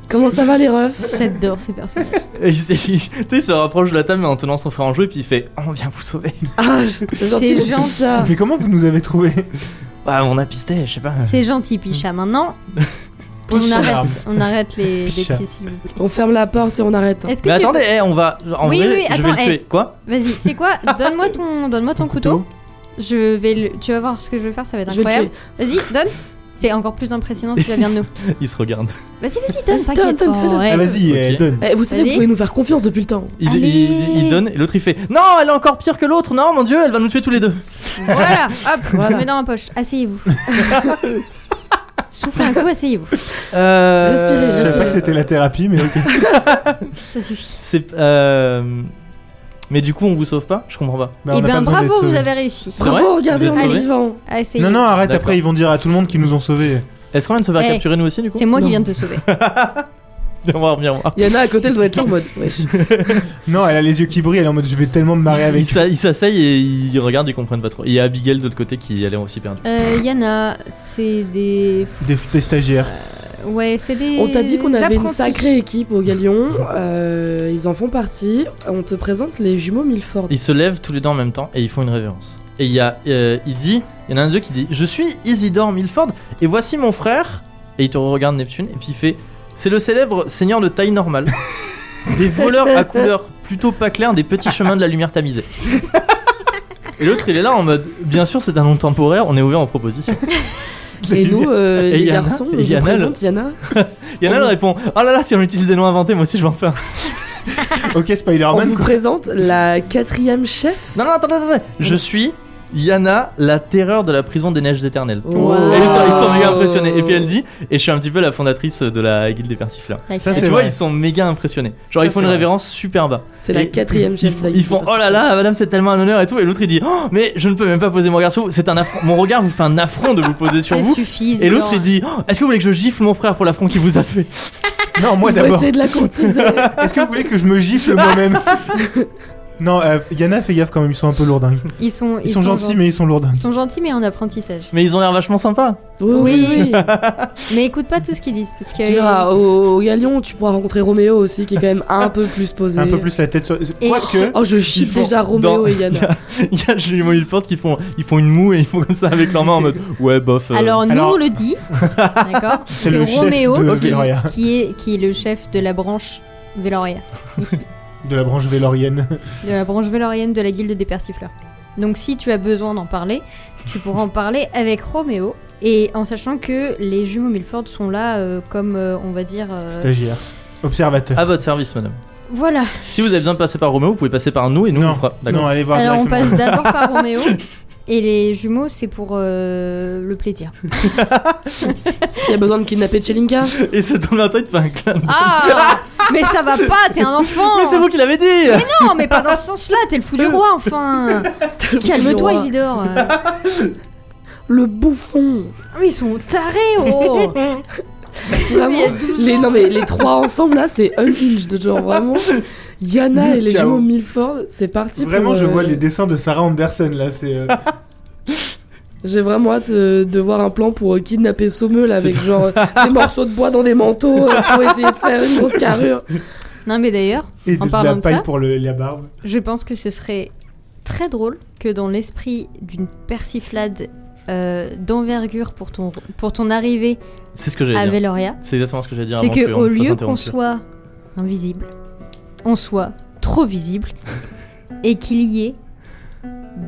D: Comment ça va les refs
B: J'adore ces personnages.
A: Et il, s- il- tu sais, il se rapproche de la table mais en tenant son frère en jeu et puis il fait on vient vous sauver.
D: Ah, c'est gentil,
B: C'est
D: les petits
B: Ah.
D: chats.
C: Mais comment vous nous avez trouvé
A: Bah on a pisté, je sais pas.
B: C'est gentil, Picha. Maintenant, on
C: Picha.
B: arrête, on arrête les
C: Picha.
B: bêtises, s'il vous plaît.
D: On ferme la porte et on arrête. hein.
B: Est-ce que
A: Mais
B: tu-
A: attendez, eh, on va. En
B: Oui,
A: vrai,
B: oui, oui,
A: je
B: attends, eh.
A: vais le tuer. Quoi
B: Vas-y, c'est quoi Donne-moi ton, donne-moi ton couteau. Je vais le. Tu vas voir ce que je vais faire, ça va être
D: Je vais le
B: incroyable. Vas-y, donne. C'est encore plus impressionnant si ça vient de nous.
A: Il se regarde.
B: Vas-y, vas-y, donne.
D: Donne,
B: T'inquiète.
D: donne, fais-le.
B: Oh, ouais.
C: Ah, Vas-y, eh,
A: Ok.
C: donne.
D: Eh, vous savez,
B: Vas-y.
D: vous pouvez nous faire confiance depuis le temps.
A: Il,
B: Allez.
A: il- il donne et l'autre il fait Non, elle est encore pire que l'autre. Non, mon dieu, elle va nous tuer tous les deux.
B: Voilà, hop, je
D: Voilà.
B: le mets dans ma poche. Asseyez-vous. Soufflez un coup, asseyez-vous.
A: Euh,
D: Respirez,
C: Je savais pas que
D: respirez.
C: c'était la thérapie, mais ok.
B: Ça suffit.
A: C'est. euh, Mais du coup, on vous sauve pas Je comprends pas.
C: Bah, on
B: Eh
C: a pas
B: bien,
C: le droit
B: bravo,
C: d'être
B: vous
C: sauvés.
B: avez réussi.
A: C'est vrai
D: Bravo, regardez,
A: Vous
D: on
A: êtes
D: est
A: sauvés
D: vivant.
B: Asseyez.
C: Non, non, arrête,
A: D'accord.
C: après ils vont dire à tout le monde qu'ils nous ont sauvés.
A: Est-ce qu'on vient de se faire
B: Eh,
A: capturer nous aussi du coup
B: C'est moi
D: Non.
B: qui viens de te sauver.
A: Viens voir, viens voir.
D: Yana à côté, elle doit être là en mode. wesh.
C: Non, elle a les yeux qui brillent, elle est en mode je vais tellement me marrer
A: Ils-
C: avec
A: ils s'a- Ils s'asseyent et ils regardent, ils comprennent pas trop. Et il y a Abigail de l'autre côté qui elle est aussi perdue.
B: Euh, Yana, c'est des.
C: des, des stagiaires.
B: Ouais, c'est des.
D: On t'a dit qu'on avait une
B: apprentis.
D: sacrée équipe au Galion. euh, ils en font partie. On te présente les jumeaux Milford.
A: Ils se lèvent tous les deux en même temps et ils font une révérence. Et il y a. euh, il dit. Il y en a un d'eux qui dit Je suis Isidore Milford et voici mon frère. Et il te regarde Neptune et puis il fait C'est le célèbre seigneur de taille normale. des voleurs à couleur plutôt pas claire des petits chemins de la lumière tamisée. Et l'autre il est là en mode Bien sûr, c'est un nom temporaire, on est ouvert aux propositions.
D: Et nous, euh,
A: Et
D: les
A: Yana-
D: garçons,
A: et
D: on vous
A: Yana,
D: présente Yana.
A: Il y en a un qui répond Oh là là, si on utilise des noms inventés, moi aussi je vais en faire.
C: Ok,
A: Ah,
D: On
C: Spider-Man.
D: vous présente la quatrième chef.
A: Non, non, attendez, attendez. Je suis Yana, la terreur de la prison des neiges éternelles.
D: Wow.
A: Et ils sont, ils sont
D: Oh.
A: méga impressionnés. Et puis elle dit, et je suis un petit peu la fondatrice de la guilde des persifleurs.
C: Ça,
A: Et
C: c'est
A: tu vois,
C: vrai.
A: ils sont méga impressionnés. Genre,
C: Ça,
A: ils font
C: c'est
A: une
C: vrai.
A: révérence super bas.
D: C'est la
A: Et
D: quatrième
A: Ils,
D: chef de la
A: ils font, oh là là, madame, c'est tellement un honneur et tout. Et l'autre, il dit, oh, mais je ne peux même pas poser mon regard sur vous. C'est un affront. Mon regard vous fait un affront de vous poser sur
D: Ah,
B: Ça
A: vous.
B: suffit.
A: Et l'autre,
B: Zidore.
A: il dit, oh, est-ce que vous voulez que je gifle mon frère pour l'affront qu'il vous a fait
C: Non, moi
D: Moi d'abord.
C: d'abord.
D: essayer de la courtiser.
C: Est-ce que vous voulez que je me gifle moi-même Non, euh, Yana, fais gaffe quand même, ils sont un peu lourdingues.
B: Ils sont,
C: Ils, sont, gentils, mais ils sont lourdingues.
B: Ils sont gentils, mais en apprentissage.
A: Mais ils ont l'air vachement sympas.
D: oui, oui. oui.
B: Mais écoute pas tout ce qu'ils disent, parce que.
D: Tu verras, au, au Galion, tu pourras rencontrer Roméo aussi, qui est quand même un peu plus posé.
C: Un peu plus la tête sur.
B: Et-
C: Quoique.
D: Oh, je chiffre
A: font-
D: déjà Roméo
A: dans-
D: et Yana.
A: Il y a Julien Milford qui font, ils font une moue et ils font comme ça avec leurs mains en mode, ouais, bof. euh,
B: Alors, nous,
C: Alors-
B: on le dit. D'accord
C: C'est le chef
B: Roméo
C: de
B: qui-
C: Veloria.
B: qui, est, qui est le chef de la branche Véloria. Ici.
C: De la branche vélorienne.
B: de la branche vélorienne de la guilde des persifleurs. Donc si tu as besoin d'en parler, tu pourras en parler avec Roméo. Et en sachant que les jumeaux Milford sont là euh, comme, euh, on va dire... euh,
C: Stagiaire. Observateur.
D: Ah,
A: À votre service, madame.
B: voilà.
A: Si vous avez besoin de passer par Roméo, vous pouvez passer par nous et nous on
C: non,
A: fera.
C: non,
A: D'accord.
C: allez voir
B: Alors on
C: directement.
B: passe d'abord par Roméo. Et les jumeaux, c'est pour euh, le plaisir.
D: S'il y a besoin de kidnapper Chelinka.
A: Et ça tombe bien, toi, il te fait un clin. d'œil.
B: Ah Mais ça va pas, t'es un enfant
A: Mais c'est vous qui l'avez dit
B: Non, mais pas dans ce sens-là, t'es le fou du roi, enfin Calme-toi, Isidore Euh,
D: Le bouffon.
B: Mais ils sont tarés, oh
D: Vraiment. les, non mais les trois ensemble là, c'est unhinged. Genre vraiment. Yana et les
C: Ciao.
D: jumeaux Milford, c'est parti.
C: Vraiment,
D: pour,
C: je
D: euh,
C: vois les dessins de Sarah Anderson là, c'est. euh,
D: J'ai vraiment hâte euh, de voir un plan pour euh, kidnapper Sommeul avec genre euh, des morceaux de bois dans des manteaux euh, pour essayer de faire une grosse carrure.
B: Non, mais d'ailleurs,
C: et
B: En
C: de,
B: parlant
C: la
B: de
C: paille
B: ça-
C: pour le- la barbe.
B: Je pense que ce serait très drôle que dans l'esprit d'une persiflade euh, d'envergure pour ton, pour ton arrivée
A: C'est ce que
B: à
A: j'allais dire.
B: Veloria,
A: C'est exactement ce que j'allais dire.
B: Ah, c'est
A: avant
B: que
A: on
B: au
A: me fasse
B: lieu qu'on
A: interrompre.
B: soit invisible, on soit trop visible et qu'il y ait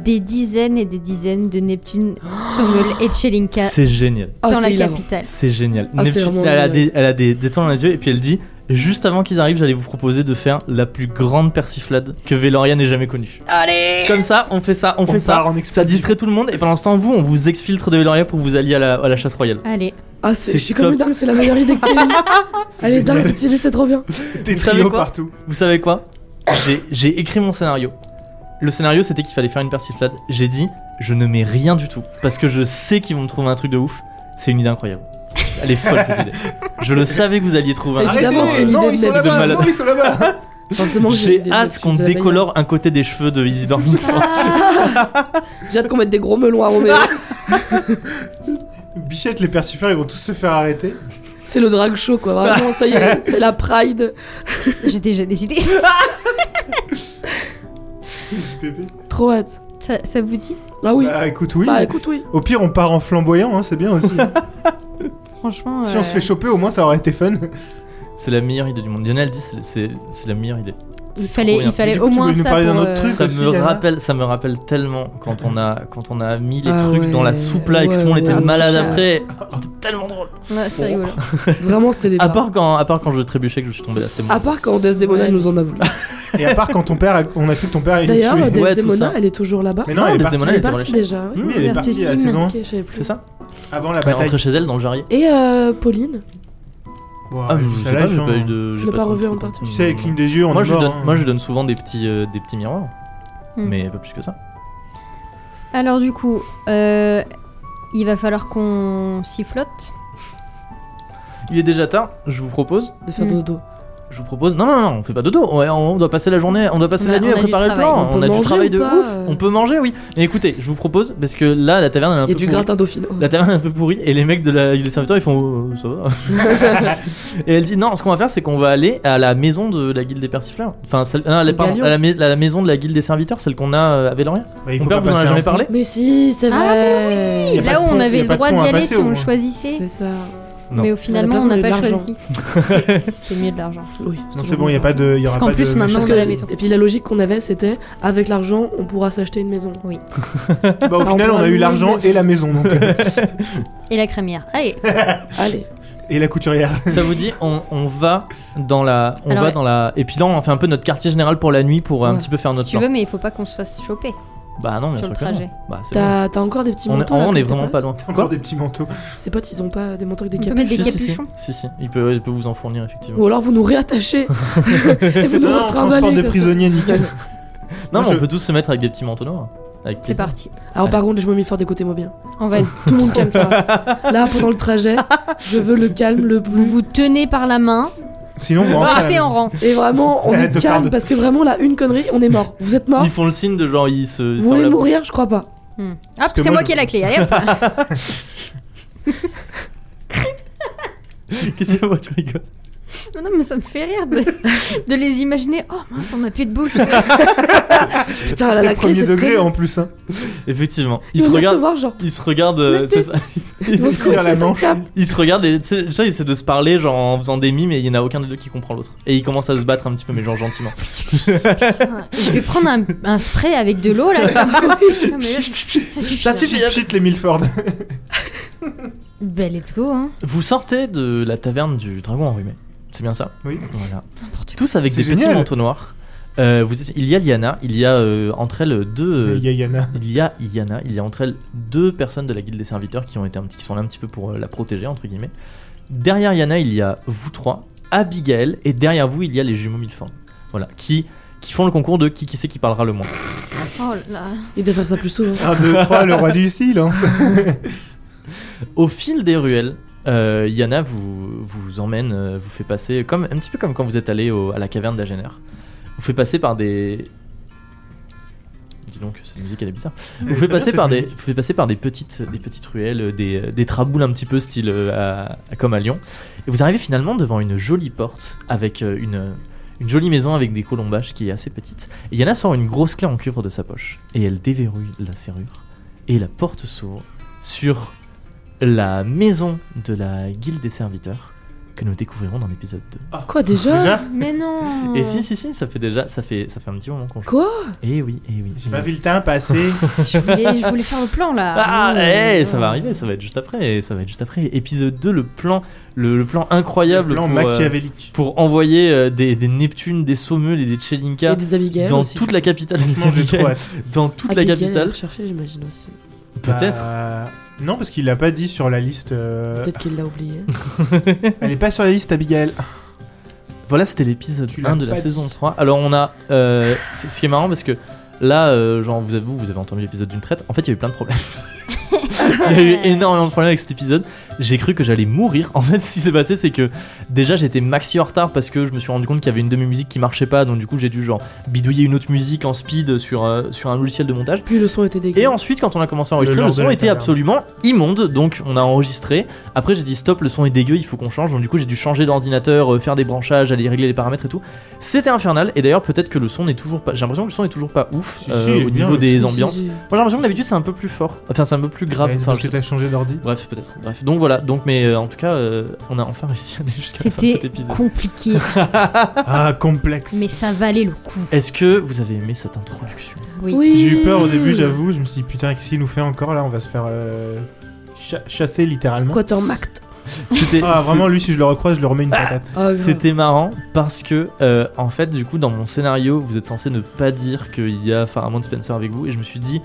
B: des dizaines et des dizaines de Neptune, Sommel et Chelinka
A: C'est génial.
D: Oh,
B: dans
D: c'est
B: la
D: hilarant.
B: capitale.
A: C'est génial.
D: Ah, c'est
A: Neptune,
D: vraiment
A: elle, a
D: génial.
A: des, elle a des détours dans les yeux et puis elle dit Juste avant qu'ils arrivent, j'allais vous proposer de faire la plus grande persiflade que Véloria n'ait jamais connue. Allez Comme ça, on fait ça, on, fait ça.
C: part en
A: Ça
C: expédition.
A: distrait tout le monde et pendant ce temps, vous, on vous exfiltre de Véloria pour que vous alliez à la, à la chasse royale.
B: Allez,
D: Ah, c'est,
A: C'est
D: je suis comme
A: top.
D: une dingue, c'est la meilleure idée que j'ai eue. Elle est dingue cette idée, c'est trop bien.
C: Des
A: Vous savez
C: trios
A: quoi
C: partout.
A: Vous savez quoi J'ai- J'ai écrit mon scénario. Le scénario, c'était qu'il fallait faire une persiflade. J'ai dit, je ne mets rien du tout. Parce que je sais qu'ils vont me trouver un truc de ouf. C'est une idée incroyable. Elle est folle, cette idée. Je le savais que vous alliez trouver un truc.
D: Évidemment,
A: de
D: c'est une
A: ouf.
D: idée
C: non,
D: de
C: ils sont là-bas,
D: malade.
A: De
C: non, ils sont là-bas.
D: Forcément,
A: J'ai
D: des-
A: hâte qu'on
D: c'est la meilleure.
A: décolore un côté des cheveux de Isidore Milford.
D: J'ai hâte qu'on mette des gros melons à Roméo.
C: Bichette, les persifleurs, ils vont tous se faire arrêter.
D: c'est le drag show quoi, vraiment, ça y est, c'est la pride.
B: j'ai déjà des idées.
C: Pépé.
D: Trop hâte.
B: Ça, ça vous dit
D: Ah oui.
C: Bah écoute, oui.
D: Bah écoute, oui.
C: Au pire, on part en flamboyant, hein, c'est bien aussi.
B: Franchement.
C: Si on se
B: euh,
C: fait choper, au moins ça aurait été fun.
A: C'est la meilleure idée du monde. Lionel dit, c'est- c'est c'est la meilleure idée.
B: il
A: c'est
B: fallait,
A: trop bien.
B: il fallait
C: Du coup,
B: au
C: tu
B: moins
C: voulais nous
B: ça
C: parler
B: pour,
C: d'un autre
B: euh,
C: truc
A: Ça
C: aussi,
A: me
C: Yana
A: rappelle, ça me rappelle tellement quand on a quand on a mis les
D: Ah
A: trucs dans la
D: ouais,
A: soupe là et que tout le monde
D: ouais,
A: était
D: ouais,
A: malade
D: ouais.
A: après. C'était tellement drôle.
B: ouais, c'était rigolo.
D: Vraiment, c'était des
A: À
D: bars.
A: part quand à part quand je trébuchais que je suis tombé là, c'était
D: À
A: moi.
D: part quand Death Demona
B: Ouais.
D: nous en a voulu.
C: Et à part quand ton père, a- on a cru que ton père allait
D: D'ailleurs, euh,
C: le tuer.
A: Ouais, tout
D: Desdemona,
A: ça.
D: elle est toujours là-bas.
C: Mais non, elle est partie.
A: Desdemona,
D: Elle est
A: était dans
D: partie
A: les-
D: déjà. ouais.
C: Oui, elle est partie à la
B: Vertusine.
C: saison
D: Ok, je savais plus.
A: C'est ça
C: avant la
A: Elle est
C: bataille.
A: rentrée chez elle dans le jarrier.
D: Et euh, Pauline,
C: Bon,
A: Ah,
C: et
A: mais
C: puis
A: je
C: ça
A: sais pas,
C: lâche,
A: j'ai pas
C: hein.
A: eu de.
D: je
A: j'ai
D: l'ai
A: pas
D: pas
A: trop
D: revue
A: de
D: en
A: trucs,
D: partie.
A: hein.
C: Tu sais, elle cligne des yeux, on
A: Moi
C: est
A: je,
C: mort,
A: donne,
C: hein.
A: moi je donne souvent des petits, euh, des petits miroirs,
D: Mm.
B: Hmm.
A: mais pas plus que ça.
B: Alors du coup, euh, il va falloir qu'on s'y flotte.
A: Il est déjà tard, je vous propose.
D: de faire
B: Mm.
D: dodo.
A: Je vous propose. Non, non, non, on fait pas dodo. On, on doit passer la journée, on doit passer
B: On a-
A: la nuit
B: on
A: à
B: a du
A: préparer le
B: travail.
A: plan.
D: On peut
A: a du
D: manger
A: travail
D: ou
A: de
D: pas,
A: ouf.
D: euh
A: On peut manger, oui. Mais écoutez, je vous propose, parce que là, la taverne elle est un
D: Il y
A: peu.
D: a du
A: pourrie.
D: gratin dauphinois.
A: La taverne est un peu pourrie et les mecs de la, les serviteurs ils font euh, ça va. et elle dit non, ce qu'on va faire c'est qu'on va aller à la maison de la guilde des persifleurs. Enfin, celle- non, la-
D: Au
A: pardon,
D: Galion.
A: à, la, mais- à la maison de la guilde des serviteurs, celle qu'on a euh, à Véloria.
C: Bah, il
A: Mon
C: faut
A: père
C: pas
A: vous en
C: passer
A: a
C: un
A: jamais
C: pont.
A: parlé
D: Mais si, c'est
B: Ah,
D: vrai.
C: Y a pas
B: Là
C: de
B: où on
C: pont- y a
B: avait le
C: pas de
B: droit
C: pont à
B: d'y aller
C: passer,
B: si
C: au
B: on le
C: moins.
B: choisissait.
D: C'est ça.
A: Non.
B: Mais
A: On
B: au finalement,
D: pas
B: on n'a
D: de
B: pas
D: l'argent.
B: choisi. C'était- C'était mieux de l'argent.
D: Oui.
C: Non, c'est bon, il y a pas de. il Y aura
B: Parce qu'en
C: pas de
B: plus, maintenant,
C: méchant.
D: Parce que-
B: de la maison.
D: Et puis la logique qu'on avait, c'était avec l'argent, on pourra s'acheter une maison.
C: Bah, au
D: Bah, on
C: final, on
D: pourra
C: a eu
D: louer
C: l'argent
D: une
C: et la maison, donc. euh,
B: Et la crémière. Allez,
D: Allez.
C: et la couturière.
A: Ça vous dit on, on va dans la, on
B: Alors,
A: va
B: ouais.
A: dans la, et puis là on fait un peu notre quartier général pour la nuit pour euh, un
D: Ouais.
A: petit peu faire
B: si
A: notre
B: tu
A: plan.
B: veux, mais il faut pas qu'on se fasse choper.
A: Bah non, bien
B: Sur
A: sûr
B: le
A: que non.
B: trajet.
A: Bah c'est bon.
D: T'as t'as encore des petits
A: On est,
D: manteaux
A: en
D: là,
A: vrai, on
D: comme
A: est
D: tes
A: vraiment
D: potes
A: pas loin.
C: Encore des petits manteaux.
D: Ses potes, ils ont pas des manteaux avec des
B: On peut mettre
D: capuches.
B: des
A: si, si, si,
B: capuchons.
A: si, si. Il peut, il peut vous en fournir effectivement.
D: Ou alors vous nous réattachez. et vous nous
C: Non, on
D: retrimballez
C: transporte des
D: comme ça.
C: prisonniers, nickel.
A: Non,
C: Moi,
A: mais
C: je-
A: on peut tous se mettre avec des petits manteaux noirs. hein. Avec
B: C'est
A: plaisir.
B: parti.
D: Alors par contre, je me mets fort des côtés moi bien.
B: On va
D: Tout le monde calme ça. Là, pendant le trajet, je veux le calme, le
B: vous
D: bout.
B: vous tenez par la main,
C: Sinon, vous
B: vous
D: Ah,
C: rentrez. à la
B: restez
C: maison.
B: en rang.
D: Et vraiment, on
C: Ouais,
D: est
C: de
D: calme
C: pardon.
D: parce que vraiment là, une connerie, on est mort. Vous êtes mort.
A: Ils font le signe de genre ils se.
D: Vous
A: ferment
D: voulez
A: la bouche.
D: mourir Je crois pas.
B: Hmm. Hop,
C: que
B: c'est
C: moi,
B: moi,
C: je-
B: qui ai la clé. Allez, hop.
A: Qu'est-ce que tu rigoles
B: non, non, mais ça me fait rire de, de les imaginer. Oh mince, on n'a plus de bouche.
D: Putain, là,
C: C'est
D: ah, la
C: le premier
D: clé,
C: degré
D: On...
C: en plus. hein.
A: Effectivement. Ils
D: Ils
A: se
D: vont te
A: regardent.
D: voir, genre.
A: Ils se regardent. euh,
D: Mais
A: c'est
D: t'es-
A: ça.
D: Ils vont se
C: Ils tirent la
D: couper
C: manche.
D: la cape.
A: Ils se regardent et tu sais, déjà, ils essaient de se parler genre en faisant des mimes et il y en a aucun des deux qui comprend l'autre. Et ils commencent à se battre un petit peu, mais genre gentiment.
B: Putain, Je vais prendre un, un spray avec de l'eau là. Non, mais là, ça suffit.
A: Ça
B: là.
A: suffit. hein.
C: Pchit, pchit, les Milford.
B: Ben, let's go. Hein.
A: Vous sortez de la taverne du dragon enrhumé. C'est bien ça
C: Oui.
A: Voilà.
B: N'importe
A: Tous avec
C: C'est
A: des petits
C: génial.
A: manteaux noirs. Euh, vous êtes- il y a Liana, il y a euh, entre elles deux.
C: Il y a Yana.
A: Il y a Yana, il y a entre elles deux personnes de la guilde des serviteurs qui ont été un petit, qui sont là un petit peu pour euh, la protéger entre guillemets. Derrière Yana, il y a vous trois, Abigail, et derrière vous, il y a les jumeaux Milford. Voilà, qui qui font le concours de qui qui sait qui parlera le moins.
B: Oh là là.
D: Il devrait faire ça plus souvent.
C: 1, 2, 3, le roi du silence.
A: Au fil des ruelles, euh, Yana vous vous emmène, euh, vous fait passer comme un petit peu comme quand vous êtes allé au- à la caverne d'Agener. Vous fait passer par des Dis donc, cette musique elle est bizarre. Vous faites passer par des, vous faites passer par des petites, des petites ruelles, euh, des, euh, des traboules un petit peu style euh, à- à- comme à Lyon. Et vous arrivez finalement devant une jolie porte avec euh, une, une jolie maison avec des colombages qui est assez petite. Et Yana sort une grosse clé en cuivre de sa poche et elle déverrouille la serrure et la porte s'ouvre sur la maison de la guilde des serviteurs que nous découvrirons dans l'épisode 2.
D: Quoi déjà
C: Déjà
B: Mais non.
A: Et si si si, ça fait déjà, ça fait, ça fait un petit moment qu'on. joue.
D: Quoi
A: Eh oui, eh oui.
C: J'ai pas vu le teint passer.
B: Je voulais, je voulais faire le plan là.
A: Ah,
B: Mmh.
A: eh, ça va arriver, ça va être juste après, ça va être juste après. Épisode 2, le plan, le, le plan incroyable
C: Le plan
A: pour, euh,
C: machiavélique.
A: pour envoyer euh, des, des Neptunes, des Sommeuls et des Chelinka
D: Et des Abigail
A: dans
D: aussi.
A: toute la capitale.
C: Franchement, j'ai trop hâte.
A: dans toute la
D: Abigail, elle
A: capitale,
D: est recherchée, j'imagine aussi.
A: peut-être.
C: Bah, Non, parce qu'il l'a pas dit sur la liste. euh,
D: Peut-être qu'il l'a oublié.
C: Elle est pas sur la liste, Abigail.
A: Voilà, c'était l'épisode
C: Tu l'as
A: 1 de la
C: pas dit.
A: saison 3. Alors, on a. euh, c'est- ce qui est marrant parce que. Là, euh, genre, vous avez, vous, vous avez entendu l'épisode d'une traite. En fait, il y a eu plein de problèmes. il y a eu énormément de problèmes avec cet épisode. J'ai cru que j'allais mourir. En fait, ce qui s'est passé, c'est que déjà, j'étais maxi en retard parce que je me suis rendu compte qu'il y avait une de mes musiques qui marchait pas. Donc, du coup, j'ai dû, genre, bidouiller une autre musique en speed sur, euh, sur un logiciel de montage.
D: Puis le son était dégueu.
A: Et ensuite, quand on a commencé à enregistrer,
C: Le
A: le,
C: lord de
A: son
C: la
A: était
C: taverne.
A: absolument immonde, donc on a enregistré. Après, j'ai dit stop, le son est dégueu, il faut qu'on change. Donc du coup, j'ai dû changer d'ordinateur, euh, faire des branchages, aller régler les paramètres et tout. C'était infernal. Et d'ailleurs, peut-être que le son n'est toujours pas. J'ai l'impression que le son est toujours pas ouf
C: Si,
A: euh,
C: si, il est
A: au
C: bien,
A: niveau
C: le
A: des
D: Si, si,
A: ambiances.
D: si.
A: Moi, j'ai l'impression que d'habitude c'est un peu plus fort. Enfin, c'est un peu plus grave.
C: Ouais, c'est
A: Enfin,
C: parce
A: je
C: que
A: sais-
C: t'as changé d'ordi.
A: Bref, peut-être. Bref, donc voilà. Donc, mais euh, en tout cas, euh, on a enfin réussi à aller jusqu'à la fin de cet
B: C'était
A: épisode.
B: compliqué,
C: Ah, complexe.
B: mais ça valait le coup.
A: Est-ce que vous avez aimé cette introduction
B: Oui.
D: Oui.
C: J'ai eu peur au début, j'avoue. Je me suis dit, putain, qu'est-ce qu'il nous fait encore là On va se faire euh, cha- chasser littéralement.
D: Quatermact.
A: C'était
C: Ah,
A: c'est-
C: vraiment, lui, si je le recroise, je lui remets une patate.
B: Oh,
D: Ah, grave.
A: C'était marrant parce que, euh, en fait, du coup, dans mon scénario, vous êtes censé ne pas dire qu'il y a Pharamond Spencer avec vous. Et je me suis dit,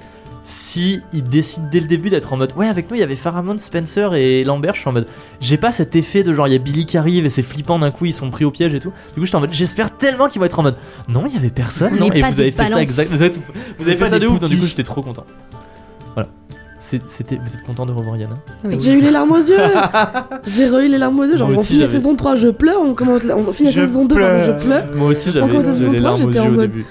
A: si il décide dès le début d'être en mode, ouais, avec nous, il y avait Pharamond Spencer et Lambert, je suis en mode, j'ai pas cet effet de genre, il y a Billy qui arrive et c'est flippant d'un coup, ils sont pris au piège et tout. Du coup, j'étais en mode, j'espère tellement qu'ils vont être en mode, non, il y avait personne,
B: On
A: non.
B: n'est
A: Et
B: pas
A: vous avez
B: des
A: fait ça
B: balances.
A: exact, vous avez, vous avez
C: pas
A: fait ça
C: des
A: de ouf. Donc, du
C: poutis.
A: coup, j'étais trop content. Voilà. C'est- C'était, vous êtes content de revoir Yana
B: Oui.
D: J'ai eu les larmes aux yeux J'ai re eu les larmes aux yeux, genre
A: Moi
D: on
A: aussi,
D: finit la
A: j'avais-
D: saison 3, je pleure, on, commence la- on finit la saison 2, pardon, je pleure.
A: Moi aussi,
D: j'avais
A: j'avais
D: Encore des
A: des
D: des enfants, larmes
A: larmes
D: aux
A: aux
D: j'étais
A: yeux
D: yeux en au
A: au
D: mode-
A: début.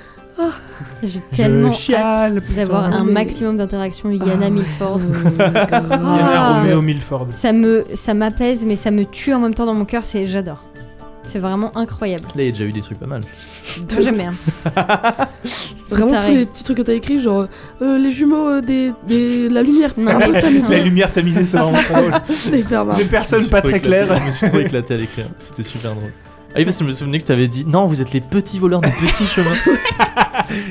B: J'ai tellement
C: chiale,
B: hâte d'avoir
D: putain.
B: un
D: Ah, Mais-
B: maximum d'interactions Yana
D: Ah,
B: Milford.
C: Il y en
B: Ah.
C: a Roméo Milford.
B: Ça me, ça m'apaise, mais ça me tue en même temps dans mon cœur. C'est, j'adore. C'est vraiment incroyable.
A: Là, il y a déjà eu des trucs pas mal.
B: Moi, J'aime bien.
D: Vraiment tous
B: taré.
D: les petits trucs que t'as écrits, genre euh, les jumeaux euh, des, des- la lumière.
B: Non,
D: Ah, putain, mais
C: La lumière tamisée, c'est vraiment trop drôle.
D: C'était hyper marrant.
C: Des personnes pas très claires.
A: Je me suis trop éclaté à l'écrire. C'était super drôle. Ah oui, parce que je me souvenais que tu avais dit non, vous êtes les petits voleurs des petits chemins.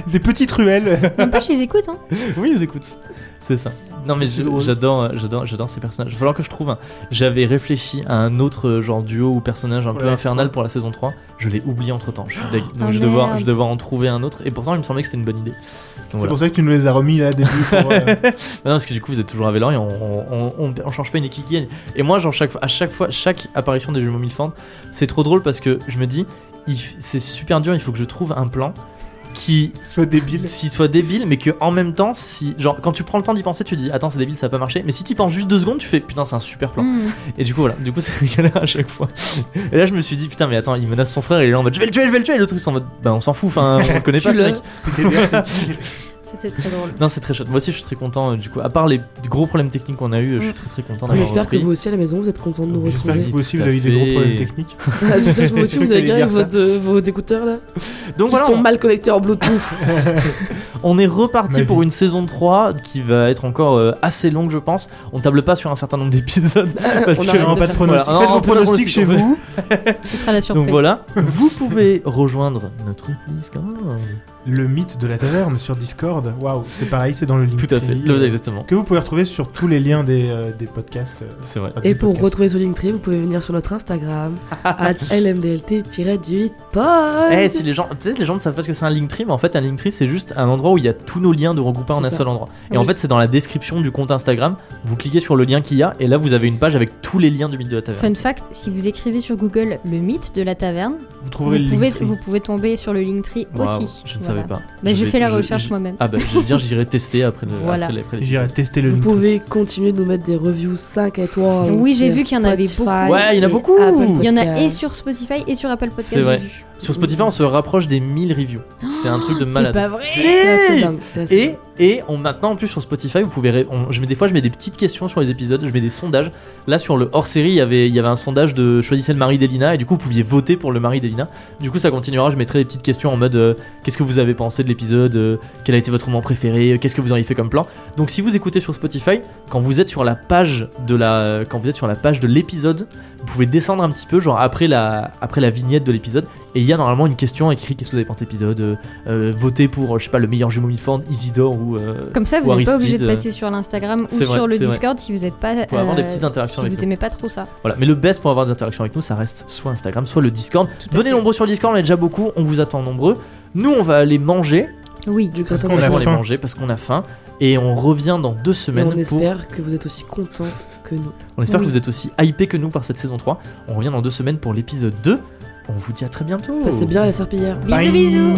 C: Des petites ruelles.
B: N'empêche, ils écoutent. Hein.
A: oui, ils écoutent. C'est ça. Non, mais
C: C'est
A: je-
C: drôle.
A: j'adore, euh, j'adore, j'adore ces personnages. Il va falloir que je trouve un. J'avais réfléchi à un autre euh, genre duo ou personnage un
C: Pour
A: peu
C: la Oh,
A: infernal
C: F3.
A: pour la saison 3. Je l'ai oublié entre temps. Je suis deg. Donc
B: Ah,
A: je, vais devoir,
B: merde.
A: je vais devoir en trouver un autre. Et pourtant, il me semblait que c'était une bonne idée. Donc,
C: C'est
A: voilà.
C: pour ça que tu nous les as remis là, début. pour, euh,
A: Bah non, parce que du coup, vous êtes toujours à Valor et on, on, on- on change pas une équipe qui gagne. Et moi, genre, chaque, fois- à chaque fois, chaque apparition des jumeaux Milford, c'est trop drôle parce que je me dis, il f- c'est super dur, il faut que je trouve un plan qui,
C: Soit débile.
A: s'il soit débile, mais que en même temps, si, genre, quand tu prends le temps d'y penser, tu dis, attends, c'est débile, ça va pas marcher. Mais si t'y penses juste deux secondes, tu fais, putain, c'est un super plan.
B: Mm.
A: Et du coup, voilà, du coup, c'est galère à chaque fois. Et là, je me suis dit, putain, mais attends, il menace son frère, il est là en mode, je vais le tuer, je vais le tuer. Et le truc, c'est en mode, bah, on s'en fout, enfin, on le connaît pas
D: Tu
A: ce
D: l'as.
A: mec.
B: C'était très drôle.
A: Non, c'est très chouette. Moi aussi, je suis très content. euh, Du coup, à part les gros problèmes techniques qu'on a eu, euh, je suis
B: Mm.
A: très très content
D: On
A: d'avoir
D: espère que
A: repris.
D: vous aussi à la maison vous êtes contents de nous
C: J'espère que
D: retrouver.
C: vous aussi,
A: Tout
C: vous
A: à
C: avez eu des gros
A: fait.
C: problèmes techniques.
D: J'espère que vous
C: J'ai
D: aussi
C: cru
D: vous
C: que
D: avez
C: t'allais
D: gagné
C: dire
D: votre, euh, vos écouteurs là.
A: Donc
D: qui
A: voilà,
D: sont
A: on,
D: mal connectés en Bluetooth.
A: on est
C: Ma
A: reparti
C: vie.
A: pour une saison 3 qui va être encore euh, assez longue, je pense. On table pas sur un certain nombre d'épisodes. parce
D: on
A: que-
D: arrête
C: Vraiment
D: de
C: pas
D: faire
C: de
D: ça.
A: Voilà,
C: pronostic.
A: non,
C: Faites vos
A: non, pas de
C: pronostics chez
A: pronostic,
C: vous.
B: Ce sera la surprise.
A: Donc voilà, vous pouvez rejoindre notre Discord.
C: Le mythe de la taverne sur Discord. Waouh, c'est pareil, c'est dans le link.
A: Tout à fait,
C: Tree,
A: le-
C: euh,
A: exactement.
C: Que vous pouvez retrouver sur tous les liens des, euh, des podcasts. euh,
A: C'est vrai.
C: du
D: Et pour
C: podcast.
D: retrouver ce Linktree, vous pouvez venir sur notre Instagram, at lmdlt-du8pod.
B: Euh,
A: Eh, si les gens, peut-être les gens ne savent pas ce que c'est un Linktree, mais en fait, un Linktree, c'est juste un endroit où il y a tous nos liens de regroupés en
D: C'est
A: un
D: ça.
A: seul endroit. Et
B: Oui.
A: en fait, c'est dans la description du compte Instagram. Vous cliquez sur le lien qu'il y a, et là, vous avez une page avec tous les liens du mythe de la taverne.
B: Fun fact, si vous écrivez sur Google le mythe de la taverne,
C: Vous
B: vous
C: trouverez le
B: pouvez,
C: Linktree.
B: vous pouvez tomber sur le Linktree
A: Waouh,
B: aussi.
A: Je ne
B: Voilà.
A: savais pas.
B: Bah,
A: Je
B: j'ai
A: vais-
B: fait la
A: je-
B: recherche
A: je-
B: moi-même.
A: Ah bah je veux dire j'irai tester après le
B: Voilà.
A: après les- après les-
C: J'irai tester le
D: Vous
C: Linktree.
D: pouvez continuer de nous mettre des reviews 5 étoiles.
B: Oui, j'ai
D: sur
B: vu qu'il y en avait
D: Spotify
B: beaucoup.
A: Ouais, il y en a
D: et
A: beaucoup.
D: Apple
B: Il y en a
D: Podcast.
B: et sur Spotify et sur Apple Podcast.
A: C'est vrai.
B: j'ai vu.
A: Sur Spotify on se rapproche des 1000 reviews. C'est un truc de malade.
B: C'est pas vrai.
D: C'est assez dingue. c'est assez
A: et
D: dingue.
A: et on maintenant en plus sur Spotify vous pouvez ré- on- je mets des fois je mets des petites questions sur les épisodes, je mets des sondages. Là sur le hors série, il y avait il y avait un sondage de choisissez le mari d'Elina et du coup vous pouviez voter pour le mari d'Elina. Du coup ça continuera, je mettrai des petites questions en mode euh, qu'est-ce que vous avez pensé de l'épisode, euh, quel a été votre moment préféré, euh, qu'est-ce que vous auriez fait comme plan. Donc si vous écoutez sur Spotify, quand vous êtes sur la page de la quand vous êtes sur la page de l'épisode, vous pouvez descendre un petit peu genre après la après la vignette de l'épisode et il y a normalement une question écrite qu'est-ce que vous avez pensé de l'épisode, euh, euh, votez pour je sais pas le meilleur jumeau Milford, Isidore ou euh,
B: Comme ça,
A: Ou
B: vous n'êtes pas obligé
A: Aristide,
B: de passer sur l'Instagram ou
A: c'est vrai,
B: sur le
A: c'est vrai.
B: Discord si vous n'êtes pas. euh,
A: pouvez avoir des petites interactions
B: Si
A: avec
B: vous
A: nous.
B: aimez pas trop ça.
A: Voilà, mais le best pour avoir des interactions avec nous, ça reste soit Instagram, soit le Discord. Venez nombreux sur le Discord, on est déjà beaucoup, on vous attend nombreux. Nous, on va aller manger,
B: Oui.
D: du gratin
C: qu'on
A: on
C: a
A: va aller
C: faim.
A: manger parce qu'on a faim, et on revient dans deux
D: Et
A: semaines
D: on
A: pour.
D: espère que vous êtes aussi contents que nous.
A: On espère
B: Oui.
A: que vous êtes aussi hypés que nous par cette saison 3. On revient dans
C: Oh.
A: deux semaines pour l'épisode 2. On vous dit à très bientôt.
D: Passez bien la serpillière.
B: Bisous, bisous.